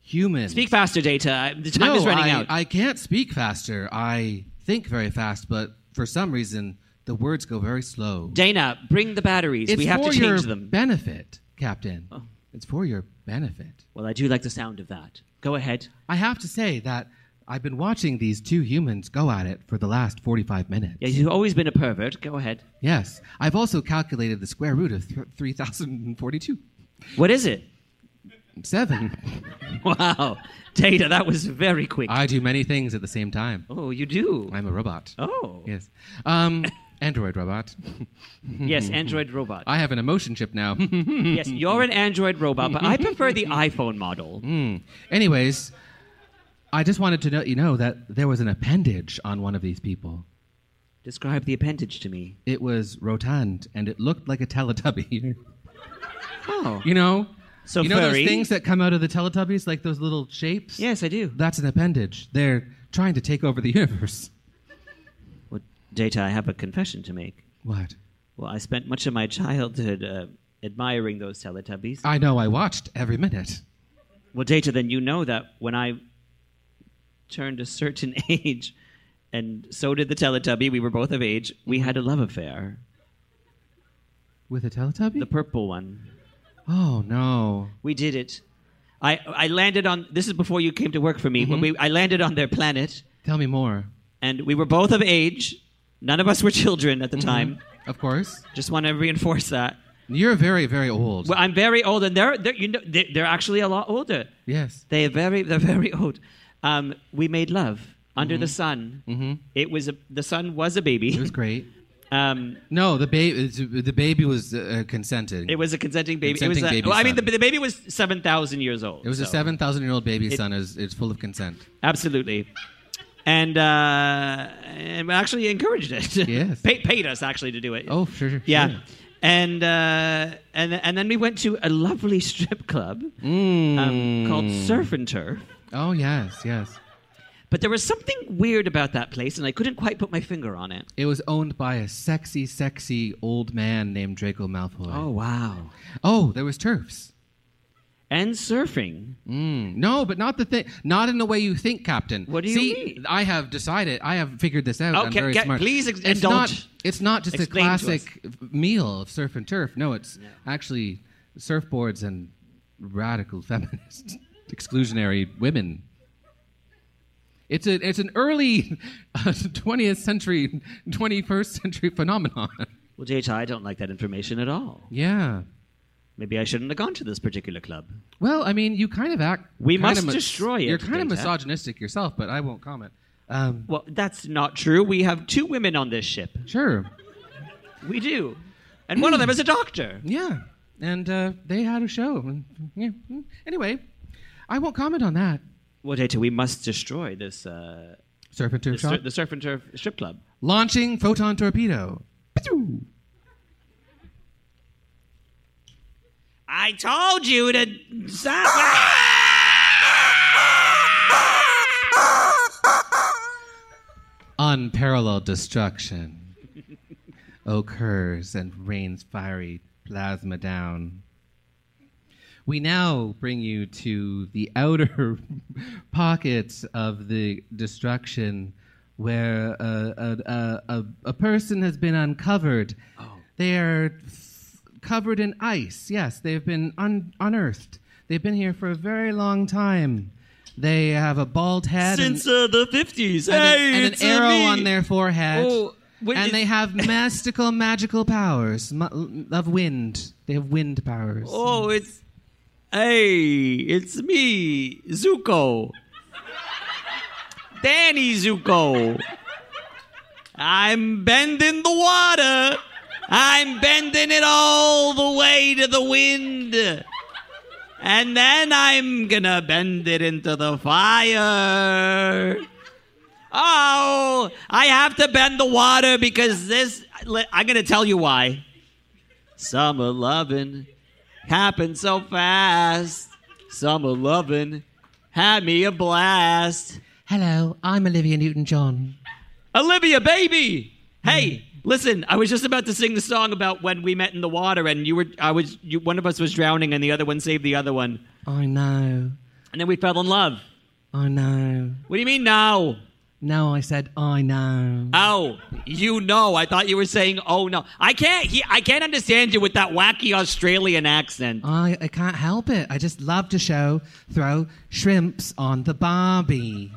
S4: humans.
S3: Speak faster, Data. I- The time
S4: no,
S3: is running
S4: I,
S3: out.
S4: I can't speak faster. I think very fast, but for some reason, the words go very slow.
S3: Dana, bring the batteries.
S4: It's
S3: we have to
S4: for
S3: change
S4: your
S3: them. Oh.
S4: benefit, Captain. It's for your benefit.
S3: well, I do like the sound of that. Go ahead.
S4: I have to say that I've been watching these two humans go at it for the last 45 minutes.
S3: Yeah, you've always been a pervert. Go ahead.
S4: Yes. I've also calculated the square root of th- 3,042.
S3: What is it?
S4: Seven.
S3: Wow, Data, that was very quick.
S4: I do many things at the same time.
S3: oh, you do.
S4: I'm a robot.
S3: oh,
S4: Yes. Um, Android robot.
S3: yes,
S4: Mm-hmm.
S3: Android robot.
S4: I have an emotion chip now. Mm-hmm.
S3: yes, you're an Android robot, but I prefer the iPhone model.
S4: Mm-hmm. Anyways, I just wanted to let you know that there was an appendage on one of these people.
S3: Describe the appendage to me.
S4: It was rotund, and it looked like a Teletubby.
S3: Oh,
S4: you know,
S3: So
S4: you know
S3: furry.
S4: those things that come out of the Teletubbies, like those little shapes.
S3: yes, I do.
S4: that's an appendage. They're trying to take over the universe.
S3: Well, Data, I have a confession to make.
S4: What?
S3: Well, I spent much of my childhood uh, admiring those Teletubbies.
S4: I know. I watched every minute.
S3: well, Data, then you know that when I turned a certain age, and so did the Teletubby. We were both of age. We had a love affair.
S4: With a Teletubby?
S3: The purple one.
S4: Oh no.
S3: We did it. I I landed on. This is before you came to work for me. When
S4: Mm-hmm.
S3: we I landed on their planet,
S4: Tell me more.
S3: and we were both of age. None of us were children
S4: Mm-hmm.
S3: at the time.
S4: Of course.
S3: Just want to reinforce that.
S4: You're very, very old.
S3: Well, I'm very old, and they're, they're you know they're, they're actually a lot older.
S4: yes.
S3: They are very they're very old. Um, we made love under the sun. Mm-hmm. It was a, the sun was a baby.
S4: It was great.
S3: Um,
S4: No, the baby. The baby was uh, consented.
S3: It was a consenting baby. it
S4: Consenting
S3: was a,
S4: baby
S3: well, I mean, the,
S4: son.
S3: the baby was seven thousand years old.
S4: It was a
S3: so-
S4: seven thousand year old baby son. Is it's full of consent.
S3: Absolutely. And uh, and we actually encouraged it.
S4: Yes.
S3: Pay, paid us actually to do it.
S4: Oh, sure. sure
S3: yeah.
S4: sure.
S3: And uh, and and then we went to a lovely strip club um, called Surf and Turf.
S4: Oh yes, yes.
S3: But there was something weird about that place, and I couldn't quite put my finger on it.
S4: It was owned by a sexy, sexy old man named Draco Malfoy.
S3: Oh wow!
S4: Oh, there was turfs. Hmm.
S3: And surfing.
S4: No, but not the thing. Not in the way you think, Captain.
S3: What do you
S4: See,
S3: mean?
S4: I have decided. I have figured this out.
S3: Oh,
S4: I'm
S3: ca-
S4: very
S3: ca-
S4: smart.
S3: please ex-
S4: it's
S3: indulge.
S4: Not, it's not just
S3: Explain
S4: a
S3: to
S4: classic meal of surf and turf. No, it's actually surfboards and radical feminist exclusionary women. It's a it's an early twentieth century, twenty first century phenomenon.
S3: Well, Jata, I don't like that information at all.
S4: Yeah.
S3: Maybe I shouldn't have gone to this particular club.
S4: Well, I mean, you kind of act.
S3: We
S4: kind
S3: must
S4: of mis-
S3: destroy it,
S4: You're kind of
S3: Data.
S4: misogynistic yourself, but I won't comment. Um,
S3: Well, that's not true. We have two women on this ship.
S4: sure.
S3: We do, and one of them is a doctor.
S4: Yeah, and uh, they had a show. and- yeah. Anyway, I won't comment on that.
S3: Well, Jata, we must destroy this uh,
S4: Surf and
S3: the,
S4: turf
S3: sur-
S4: shop.
S3: the surf and turf strip club.
S4: Launching photon torpedo. Pew!
S3: I told you to stop.
S4: Unparalleled destruction occurs and rains fiery plasma down. We now bring you to the outer pockets of the destruction where a, a, a, a, a person has been uncovered. They are f- covered in ice. Yes, they've been un- unearthed. They've been here for a very long time. They have a bald head. and-
S9: Since uh, the 50s.
S4: and, an-
S9: hey,
S4: and
S9: it's
S4: an
S9: a
S4: arrow
S9: me.
S4: on their forehead.
S3: Oh, wait,
S4: and
S3: is-
S4: they have mystical, magical powers mu- of wind. They have wind powers.
S3: Oh, it's hey, it's me, Zuko. Danny Zuko. I'm bending the water. I'm bending it all the way to the wind. And then I'm gonna bend it into the fire. Oh, I have to bend the water because this. I'm gonna tell you why. Summer lovin' happened so fast. Summer lovin' had me a blast.
S4: Hello, I'm Olivia Newton John.
S3: Olivia, baby. Hey, listen. I was just about to sing the song about when we met in the water, and you were. I was. You, one of us was drowning, and the other one saved the other one,
S4: I know.
S3: and then we fell in love.
S4: I know.
S3: What do you mean now?
S4: No, I said I know.
S3: Oh, you know. I thought you were saying, "Oh no." I can't. He, I can't understand you with that wacky Australian accent.
S4: I, I can't help it. I just love to show throw shrimps on the Barbie.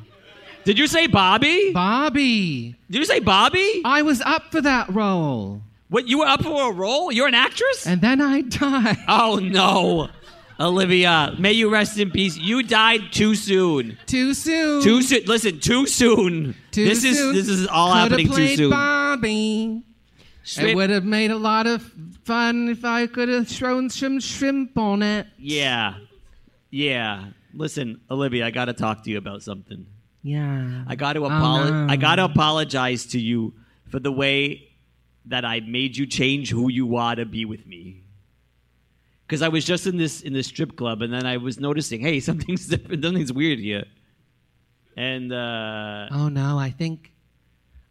S3: Did you say Bobby?
S4: Barbie.
S3: Did you say Bobby?
S4: I was up for that role,
S3: What? You were up for a role? You're an actress?
S4: and then I died.
S3: Oh no, Olivia. May you rest in peace. You died too soon.
S4: Too soon.
S3: Too soon. Listen, too soon.
S4: Too
S3: this
S4: soon.
S3: is this is all
S4: Coulda
S3: happening too
S4: played
S3: soon.
S4: Barbie. It
S3: Strip-
S4: would have made a lot of fun if I could have thrown some shrimp on it.
S3: yeah, yeah. Listen, Olivia, I got to talk to you about something.
S4: Yeah.
S3: I got to apologize.
S4: Oh, no.
S3: I got to apologize to you for the way that I made you change who you are to be with me. Because I was just in this in this strip club, and then I was noticing, hey, something's different, something's weird here. And uh,
S4: Oh no, I think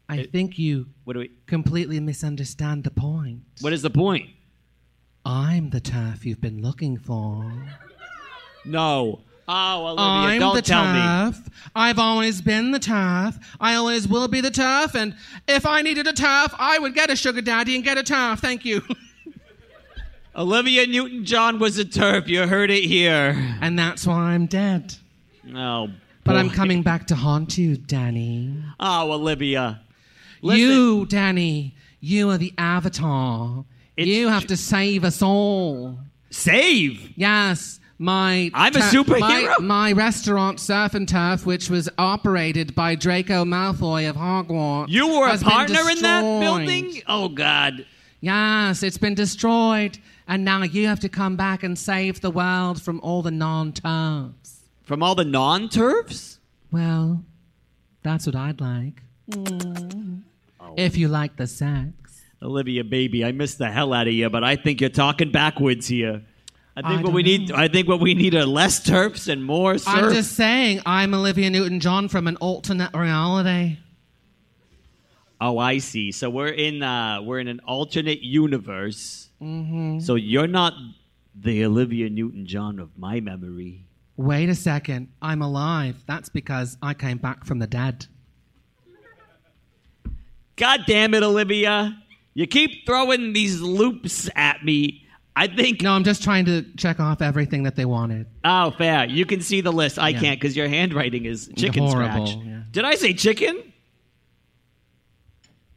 S4: I think you
S3: what do we?
S4: completely misunderstand the point.
S3: What is the point?
S4: I'm the turf you've been looking for.
S3: No, Oh, Olivia,
S4: I'm
S3: don't
S4: the
S3: tell me.
S4: tough. I've always been the tough. I always will be the tough. And if I needed a tough, I would get a sugar daddy and get a tough. Thank you.
S3: Olivia Newton John was a turf. You heard it here.
S4: And that's why I'm dead.
S3: Oh,
S4: But I'm
S3: boy.
S4: coming back to haunt you, Danny.
S3: Oh, Olivia.
S4: You, Danny, you are the avatar. you have to save us all.
S3: Save.
S4: Yes, my
S3: I'm a
S4: My,
S3: superhero?
S4: my restaurant Surf and Turf, which was operated by Draco Malfoy of Hogwarts,
S3: You were a
S4: has been
S3: partner in that
S4: destroyed.
S3: building? Oh, God.
S4: Yes, it's been destroyed, and now you have to come back and save the world from all the non-turfs.
S3: From all the non turfs?
S4: Well, that's what I'd like. If you like the sex.
S3: Olivia, baby, I missed the hell out of you, but I think you're talking backwards here. I think what
S4: don't
S3: we need,
S4: know.
S3: I think what we need are less turfs and more surf.
S4: I'm just saying, I'm Olivia Newton John from an alternate reality.
S3: Oh, I see. So we're in uh, we're in an alternate universe.
S4: Mm-hmm.
S3: So you're not the Olivia Newton-John of my memory.
S4: Wait a second, I'm alive. That's because I came back from the dead.
S3: God damn it, Olivia! You keep throwing these loops at me. I think.
S4: No, I'm just trying to check off everything that they wanted.
S3: Oh, fair. You can see the list. I
S4: Yeah.
S3: can't because your handwriting is chicken
S4: Horrible,
S3: scratch.
S4: yeah.
S3: Did I say chicken?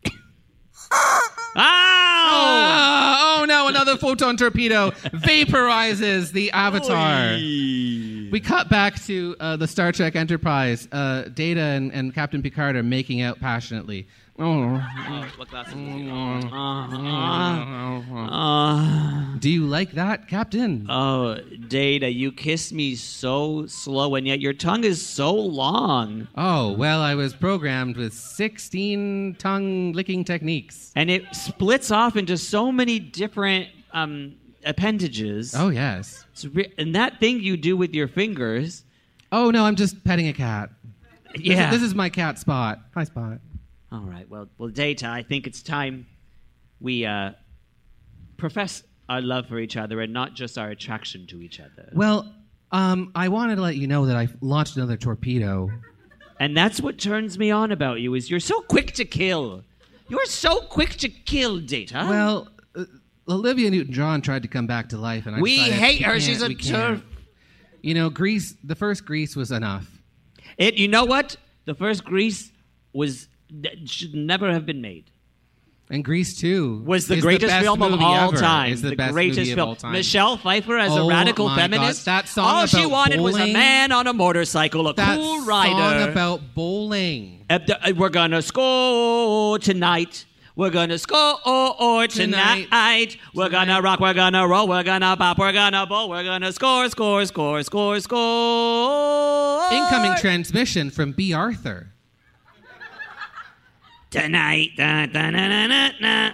S3: Ow!
S4: Oh, oh no, another photon torpedo vaporizes the avatar. We cut back to uh, the Star Trek Enterprise. Uh, Data and, and Captain Picard are making out passionately. Oh.
S3: Ah.
S4: Do you like that, Captain?
S3: Oh, Data, you kiss me so slow, and yet your tongue is so long.
S4: oh, well, I was programmed with 16 tongue licking techniques.
S3: And it splits off into so many different um, appendages.
S4: Oh, yes.
S3: It's re- and that thing you do with your fingers.
S4: Oh, no, I'm just petting a cat. This is-
S3: Yeah.
S4: This is, my cat, Spot. Hi, Spot.
S3: All right. Well, well, Data, I think it's time we uh, profess our love for each other and not just our attraction to each other.
S4: Well, um, I wanted to let you know that I launched another torpedo.
S3: And that's what turns me on about you is you're so quick to kill. You're so quick to kill, Data.
S4: Well, uh, Olivia Newton-John tried to come back to life, and I
S3: We
S4: decided,
S3: hate
S4: "We
S3: her.
S4: can't,
S3: She's a
S4: we can't."
S3: turf.
S4: You know, Greece. The first Greece was enough.
S3: It. You know what? The first Grease was that should never have been made.
S4: And Greece too
S3: Was the
S4: is
S3: greatest
S4: best
S3: film of
S4: movie
S3: all
S4: ever,
S3: time.
S4: Is the, best
S3: greatest
S4: movie
S3: film.
S4: of all time.
S3: Michelle Pfeiffer as a
S4: Oh
S3: radical
S4: my
S3: feminist.
S4: God, that song
S3: all she
S4: about
S3: wanted was a
S4: bowling.
S3: man on a motorcycle, a
S4: that
S3: cool
S4: song
S3: rider.
S4: about bowling.
S3: At the- uh, We're gonna score tonight. We're gonna score tonight.
S4: Tonight.
S3: We're gonna rock. We're gonna roll. We're gonna pop. We're gonna bowl. We're gonna score, score, score, score, score.
S4: Incoming transmission from B. Arthur.
S3: tonight. Da, da, na, na, na, na.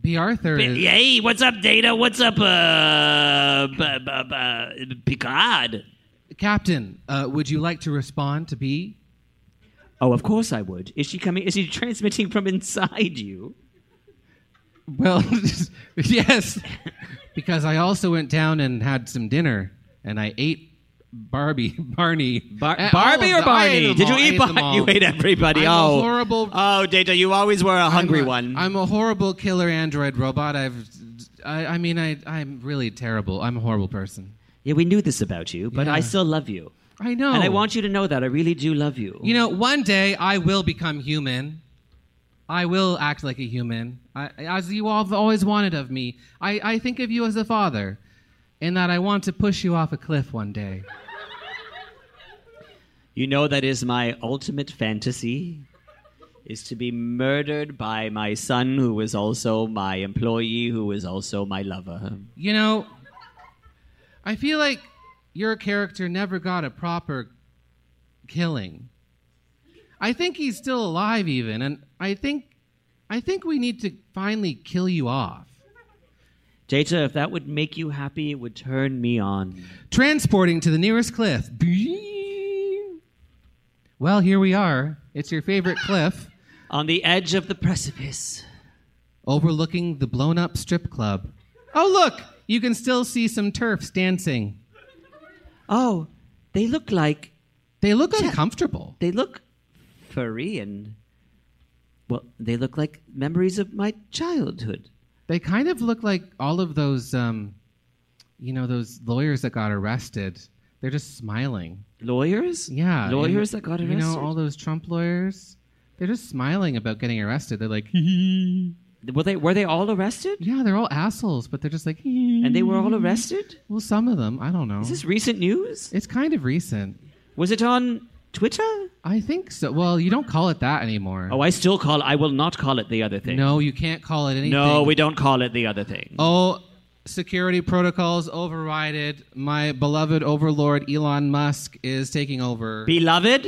S4: B. Arthur.
S3: Bi-
S4: is,
S3: Hey, what's up, Data? What's up, uh, b- b- b- Picard?
S4: Captain, uh, would you like to respond to B?
S3: Oh, of course I would. Is she coming? Is she transmitting from inside you?
S4: Well, yes, because I also went down and had some dinner, and I ate Barbie, Barney,
S3: Bar-
S4: Uh,
S3: Barbie
S4: all
S3: or
S4: of the- I ate
S3: Barney?
S4: them
S3: Did you
S4: all, I
S3: eat
S4: ate them
S3: Barney? You
S4: all.
S3: ate everybody.
S4: I'm
S3: oh,
S4: a horrible,
S3: Oh, Data, you always were a hungry
S4: I'm a-
S3: one.
S4: I'm a horrible killer android robot. I've, I, I mean, I, I'm really terrible. I'm a horrible person.
S3: yeah, we knew this about you, but I
S4: Yeah.
S3: still love you,
S4: I know.
S3: and I want you to know that I really do love you.
S4: You know, one day I will become human. I will act like a human, I, as you all have always wanted of me. I, I think of you as a father, in that I want to push you off a cliff one day.
S3: you know that is my ultimate fantasy. Is to be murdered by my son, who is also my employee, who is also my lover.
S4: You know, I feel like your character never got a proper killing. I think he's still alive even and I think I think we need to finally kill you off.
S3: Data, if that would make you happy, it would turn me on.
S4: Transporting to the nearest cliff. Bing. Well, here we are. It's your favorite cliff
S3: On the edge of the precipice.
S4: overlooking the blown up strip club. Oh look, you can still see some turfs dancing.
S3: Oh, they look like
S4: they look uncomfortable.
S3: They look furry and well, they look like memories of my childhood.
S4: They kind of look like all of those, um, you know, those lawyers that got arrested. They're just smiling.
S3: Lawyers?
S4: Yeah.
S3: Lawyers
S4: and,
S3: that got
S4: You know,
S3: arrested?
S4: all those Trump lawyers. They're just smiling about getting arrested. They're like, yeah,
S3: Were they were they all arrested?
S4: they're all assholes, but they're just like,
S3: And they were all arrested?
S4: Well, some of them. I don't know.
S3: Is this recent news?
S4: It's kind of recent.
S3: Was it on Twitter?
S4: I think so. Well, you don't call it that anymore.
S3: Oh, I still call I will not call it the other thing.
S4: no, you can't call it anything.
S3: No, we don't call it the other thing.
S4: Oh, security protocols overrided. My beloved overlord Elon Musk is taking over.
S3: Beloved?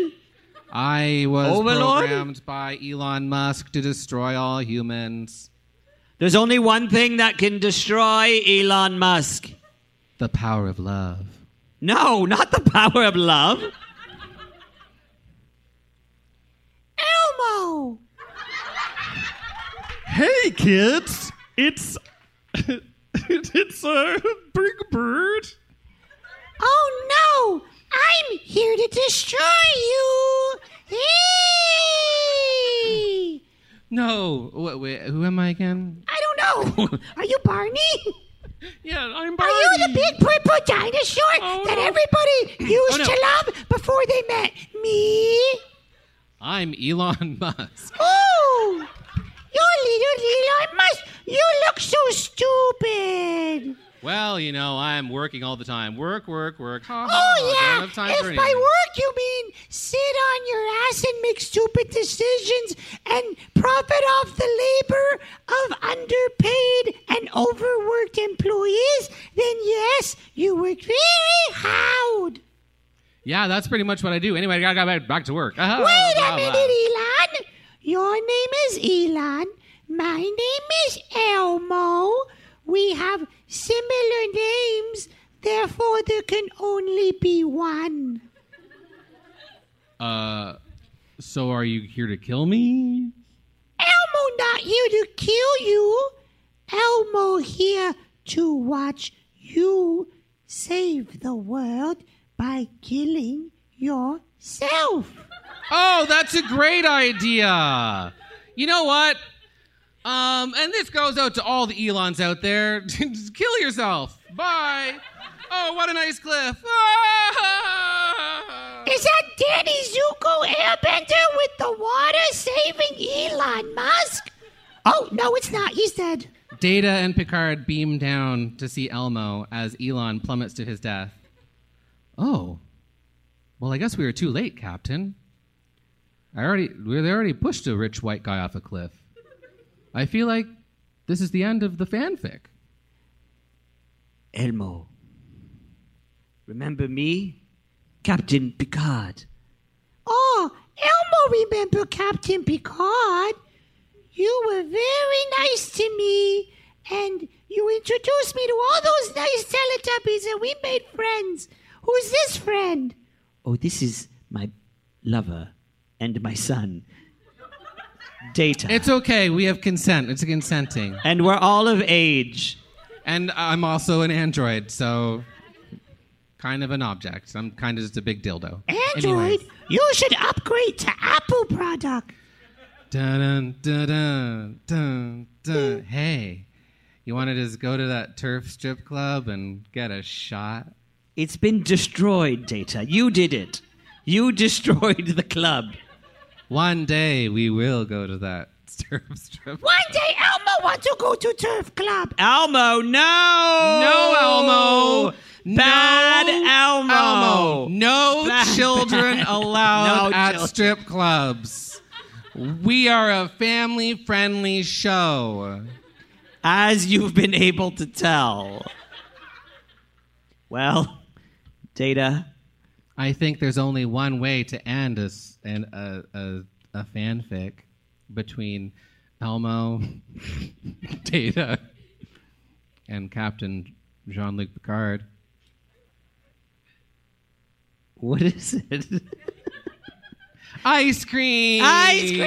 S4: I was
S3: Overlord?
S4: programmed by Elon Musk to destroy all humans.
S3: There's only one thing that can destroy Elon Musk.
S4: The power of love.
S3: No, not the power of love. Elmo!
S10: Hey, kids! It's. it's a big bird.
S11: Oh no! I'm here to destroy you! Hey!
S4: No, wait, wait, who am I again?
S11: I don't know. Are you Barney?
S10: Yeah, I'm Oh,
S11: Barney. Are you the big purple dinosaur that everybody used
S4: Oh, no.
S11: to love before they met me?
S4: I'm Elon Musk.
S11: Oh! You little Elon Musk! You look so stupid!
S4: Well, you know, I'm working all the time. Work, work, work. Ha, ha,
S11: Oh
S4: ha.
S11: yeah.
S4: Don't have time for
S11: if by
S4: anything.
S11: work you mean sit on your ass and make stupid decisions and profit off the labor of underpaid and overworked employees, then yes, you work very hard.
S4: Yeah, that's pretty much what I do. Anyway, I gotta go back, back to work. Ah,
S11: Wait
S4: blah,
S11: a
S4: blah.
S11: minute, Elon. Your name is Elon. My name is Elmo. We have similar names, therefore there can only be one.
S4: Uh, so are you here to kill me?
S11: Elmo not here to kill you. Elmo here to watch you save the world by killing yourself.
S4: Oh, that's a great idea. You know what? Um, and this goes out to all the Elons out there. Just Kill yourself. Bye. Oh, what a nice cliff. Ah!
S11: Is that Danny Zuko Airbender with the water saving Elon Musk? Oh, no, it's not. He's dead.
S4: Data and Picard beam down to see Elmo as Elon plummets to his death. Oh. Well, I guess we were too late, Captain. I already we they already pushed a rich white guy off a cliff. I feel like this is the end of the fanfic.
S3: Elmo. Remember me? Captain Picard.
S11: Oh, Elmo, remember Captain Picard? You were very nice to me, and you introduced me to all those nice Teletubbies, and we made friends. Who's this friend?
S3: Oh, this is my lover and my son. Data.
S4: It's okay. We have consent. It's consenting.
S3: And we're all of age.
S4: And I'm also an android, so kind of an object. I'm kind of just a big dildo.
S11: Android, you should upgrade to Apple product.
S4: Dun, dun, dun, dun, dun. Hey, you want to just go to that turf strip club and get a shot?
S3: It's been destroyed, Data. You did it. You destroyed the club.
S4: One day we will go to that turf strip.
S11: One day, Elmo wants to go to Turf Club.
S3: Elmo, no! No,
S4: Elmo!
S3: Bad Elmo!
S4: Elmo, no
S3: Bad-
S4: children
S3: bad-
S4: allowed
S3: No
S4: at
S3: children.
S4: strip clubs. We are a family friendly show.
S3: As you've been able to tell. Well, Data,
S4: I think there's only one way to end a, s- an a, a, a fanfic between Elmo, Data, and Captain Jean Luc Picard.
S3: what is it?
S4: Ice cream!
S3: Ice cream!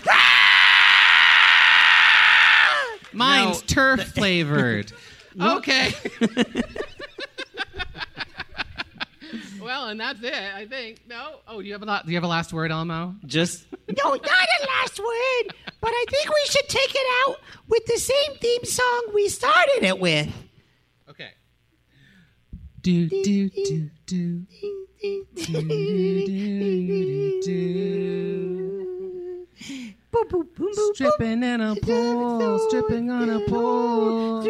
S4: Mine's turf flavored. okay. Well, and that's it, I think. No? Oh, do you have a, la- do you have a last word, Elmo?
S3: Just
S11: No, not a last word, but I think we should take it out with the same theme song we started it with.
S4: Okay. Do, do, do, do. Stripping in a pool, stripping on a pool.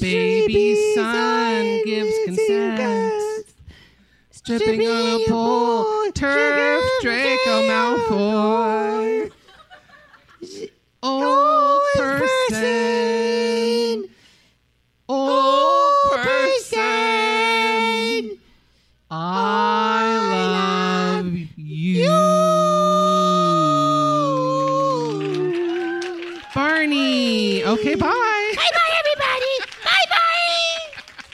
S4: Baby son gives consent. Stripping on a pool, turf Draco Malfoy. Old person. Old person. I love you. Barney. Okay, bye.
S11: Bye bye, everybody. Bye bye.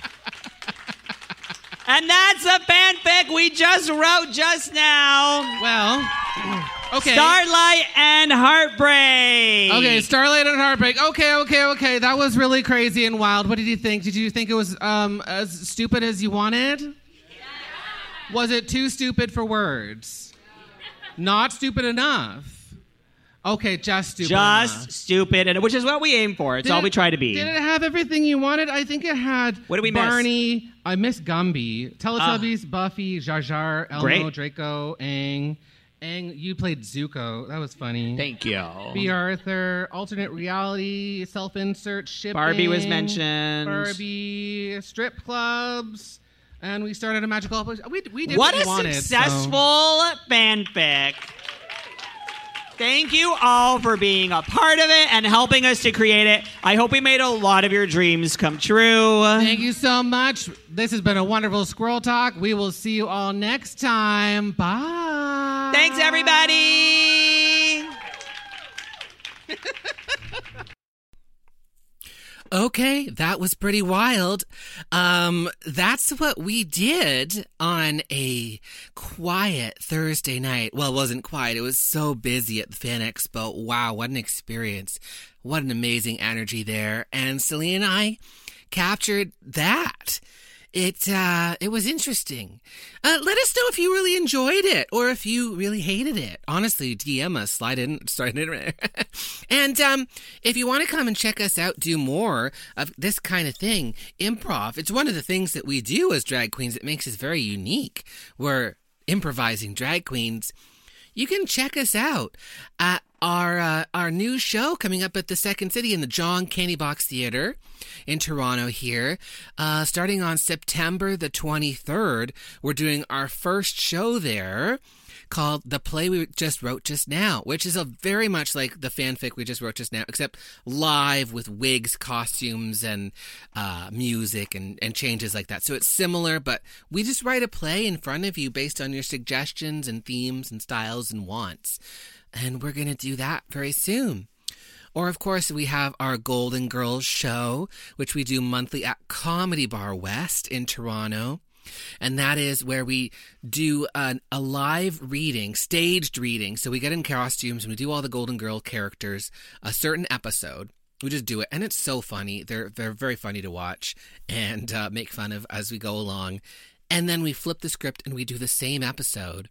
S3: And that's a fanfic we just wrote just now.
S4: Well, okay.
S3: Starlight and Heartbreak.
S4: Okay, Starlight and Heartbreak. Okay, okay, okay. That was really crazy and wild. What did you think? Did you think it was um, as stupid as you wanted? Was it too stupid for words? Not stupid enough. Okay, just stupid.
S3: Just
S4: enough.
S3: stupid, and which is what we aim for. It's
S4: Did
S3: all
S4: it-
S3: we try to be.
S4: Did it have everything you wanted? I think it had.
S3: What did we miss? Ah.
S4: Barney. I miss Gumby, Teletubbies, Buffy, Jar Jar, Elmo,
S3: Great.
S4: Draco, Aang. Aang, you played Zuko. That was funny.
S12: Thank you.
S4: B. Arthur, alternate reality, self-insert, shipping.
S3: Barbie was mentioned.
S4: Barbie, strip clubs, and we started a magical. We we did
S3: what
S4: what, we
S3: a
S4: wanted, so-
S3: successful fanfic. Thank you all for being a part of it and helping us to create it. I hope we made a lot of your dreams come true.
S4: Thank you so much. This has been a wonderful Squirrel Talk. We will see you all next time. Bye.
S3: Thanks, everybody.
S2: Okay, that was pretty wild. Um, that's what we did on a quiet Thursday night. Well, it wasn't quiet. It was so busy at the Fan Expo. Wow, what an experience. What an amazing energy there. And Celine and I captured that. It uh, it was interesting. Uh, let us know if you really enjoyed it or if you really hated it. Honestly, DM us, slide in, slide in. and um, if you want to come and check us out, do more of this kind of thing, improv. It's one of the things that we do as drag queens that makes us very unique. We're improvising drag queens you can check us out at our uh, our new show coming up at the Second City in the John Candy Box Theater in Toronto here, uh, starting on September the twenty third. We're doing our first show there called the play we just wrote just now which is a very much like the fanfic we just wrote just now except live with wigs costumes and uh, music and, and changes like that so it's similar but we just write a play in front of you based on your suggestions and themes and styles and wants and we're going to do that very soon or, of course, we have our Golden Girls show, which we do monthly at Comedy Bar West in Toronto. And that is where we do an, a live reading, staged reading. So we get in costumes and we do all the Golden Girl characters, a certain episode. We just do it, and it's so funny. They're they're very funny to watch and uh, make fun of as we go along. And then we flip the script and we do the same episode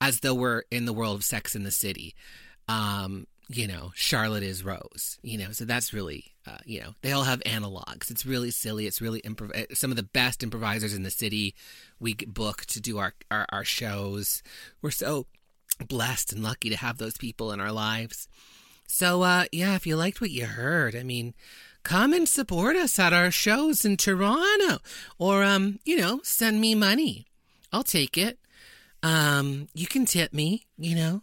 S2: as though we're in the world of Sex in the City. Um, you know, Charlotte is Rose. You know, so that's really, uh, you know, they all have analogs. It's really silly. It's really improv. eh, Some of the best improvisers in the city we get booked to do our, our our shows. We're so blessed and lucky to have those people in our lives. So, uh, yeah, if you liked what you heard, I mean, come and support us at our shows in Toronto, or um, you know, send me money. I'll take it. Um, you can tip me, you know.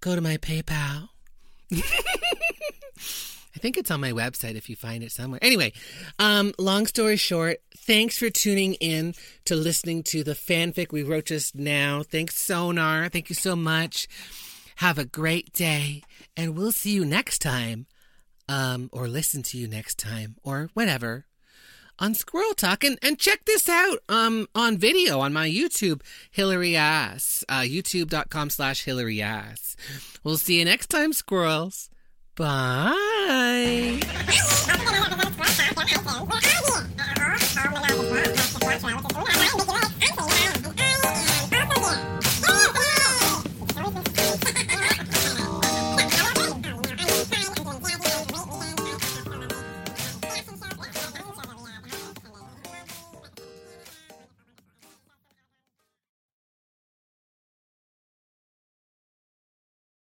S2: Go to my PayPal. I think it's on my website if you find it somewhere. Anyway, um, long story short, thanks for tuning in to listening to the fanfic we wrote just now. Thanks, Sonar. Thank you so much. Have a great day, and we'll see you next time, um, or listen to you next time, or whatever on Squirrel Talk. And, and check this out um, on video on my YouTube, Hillary Ass, uh, youtube.com slash Hillary Ass. We'll see you next time, squirrels. Bye.
S13: Thank you.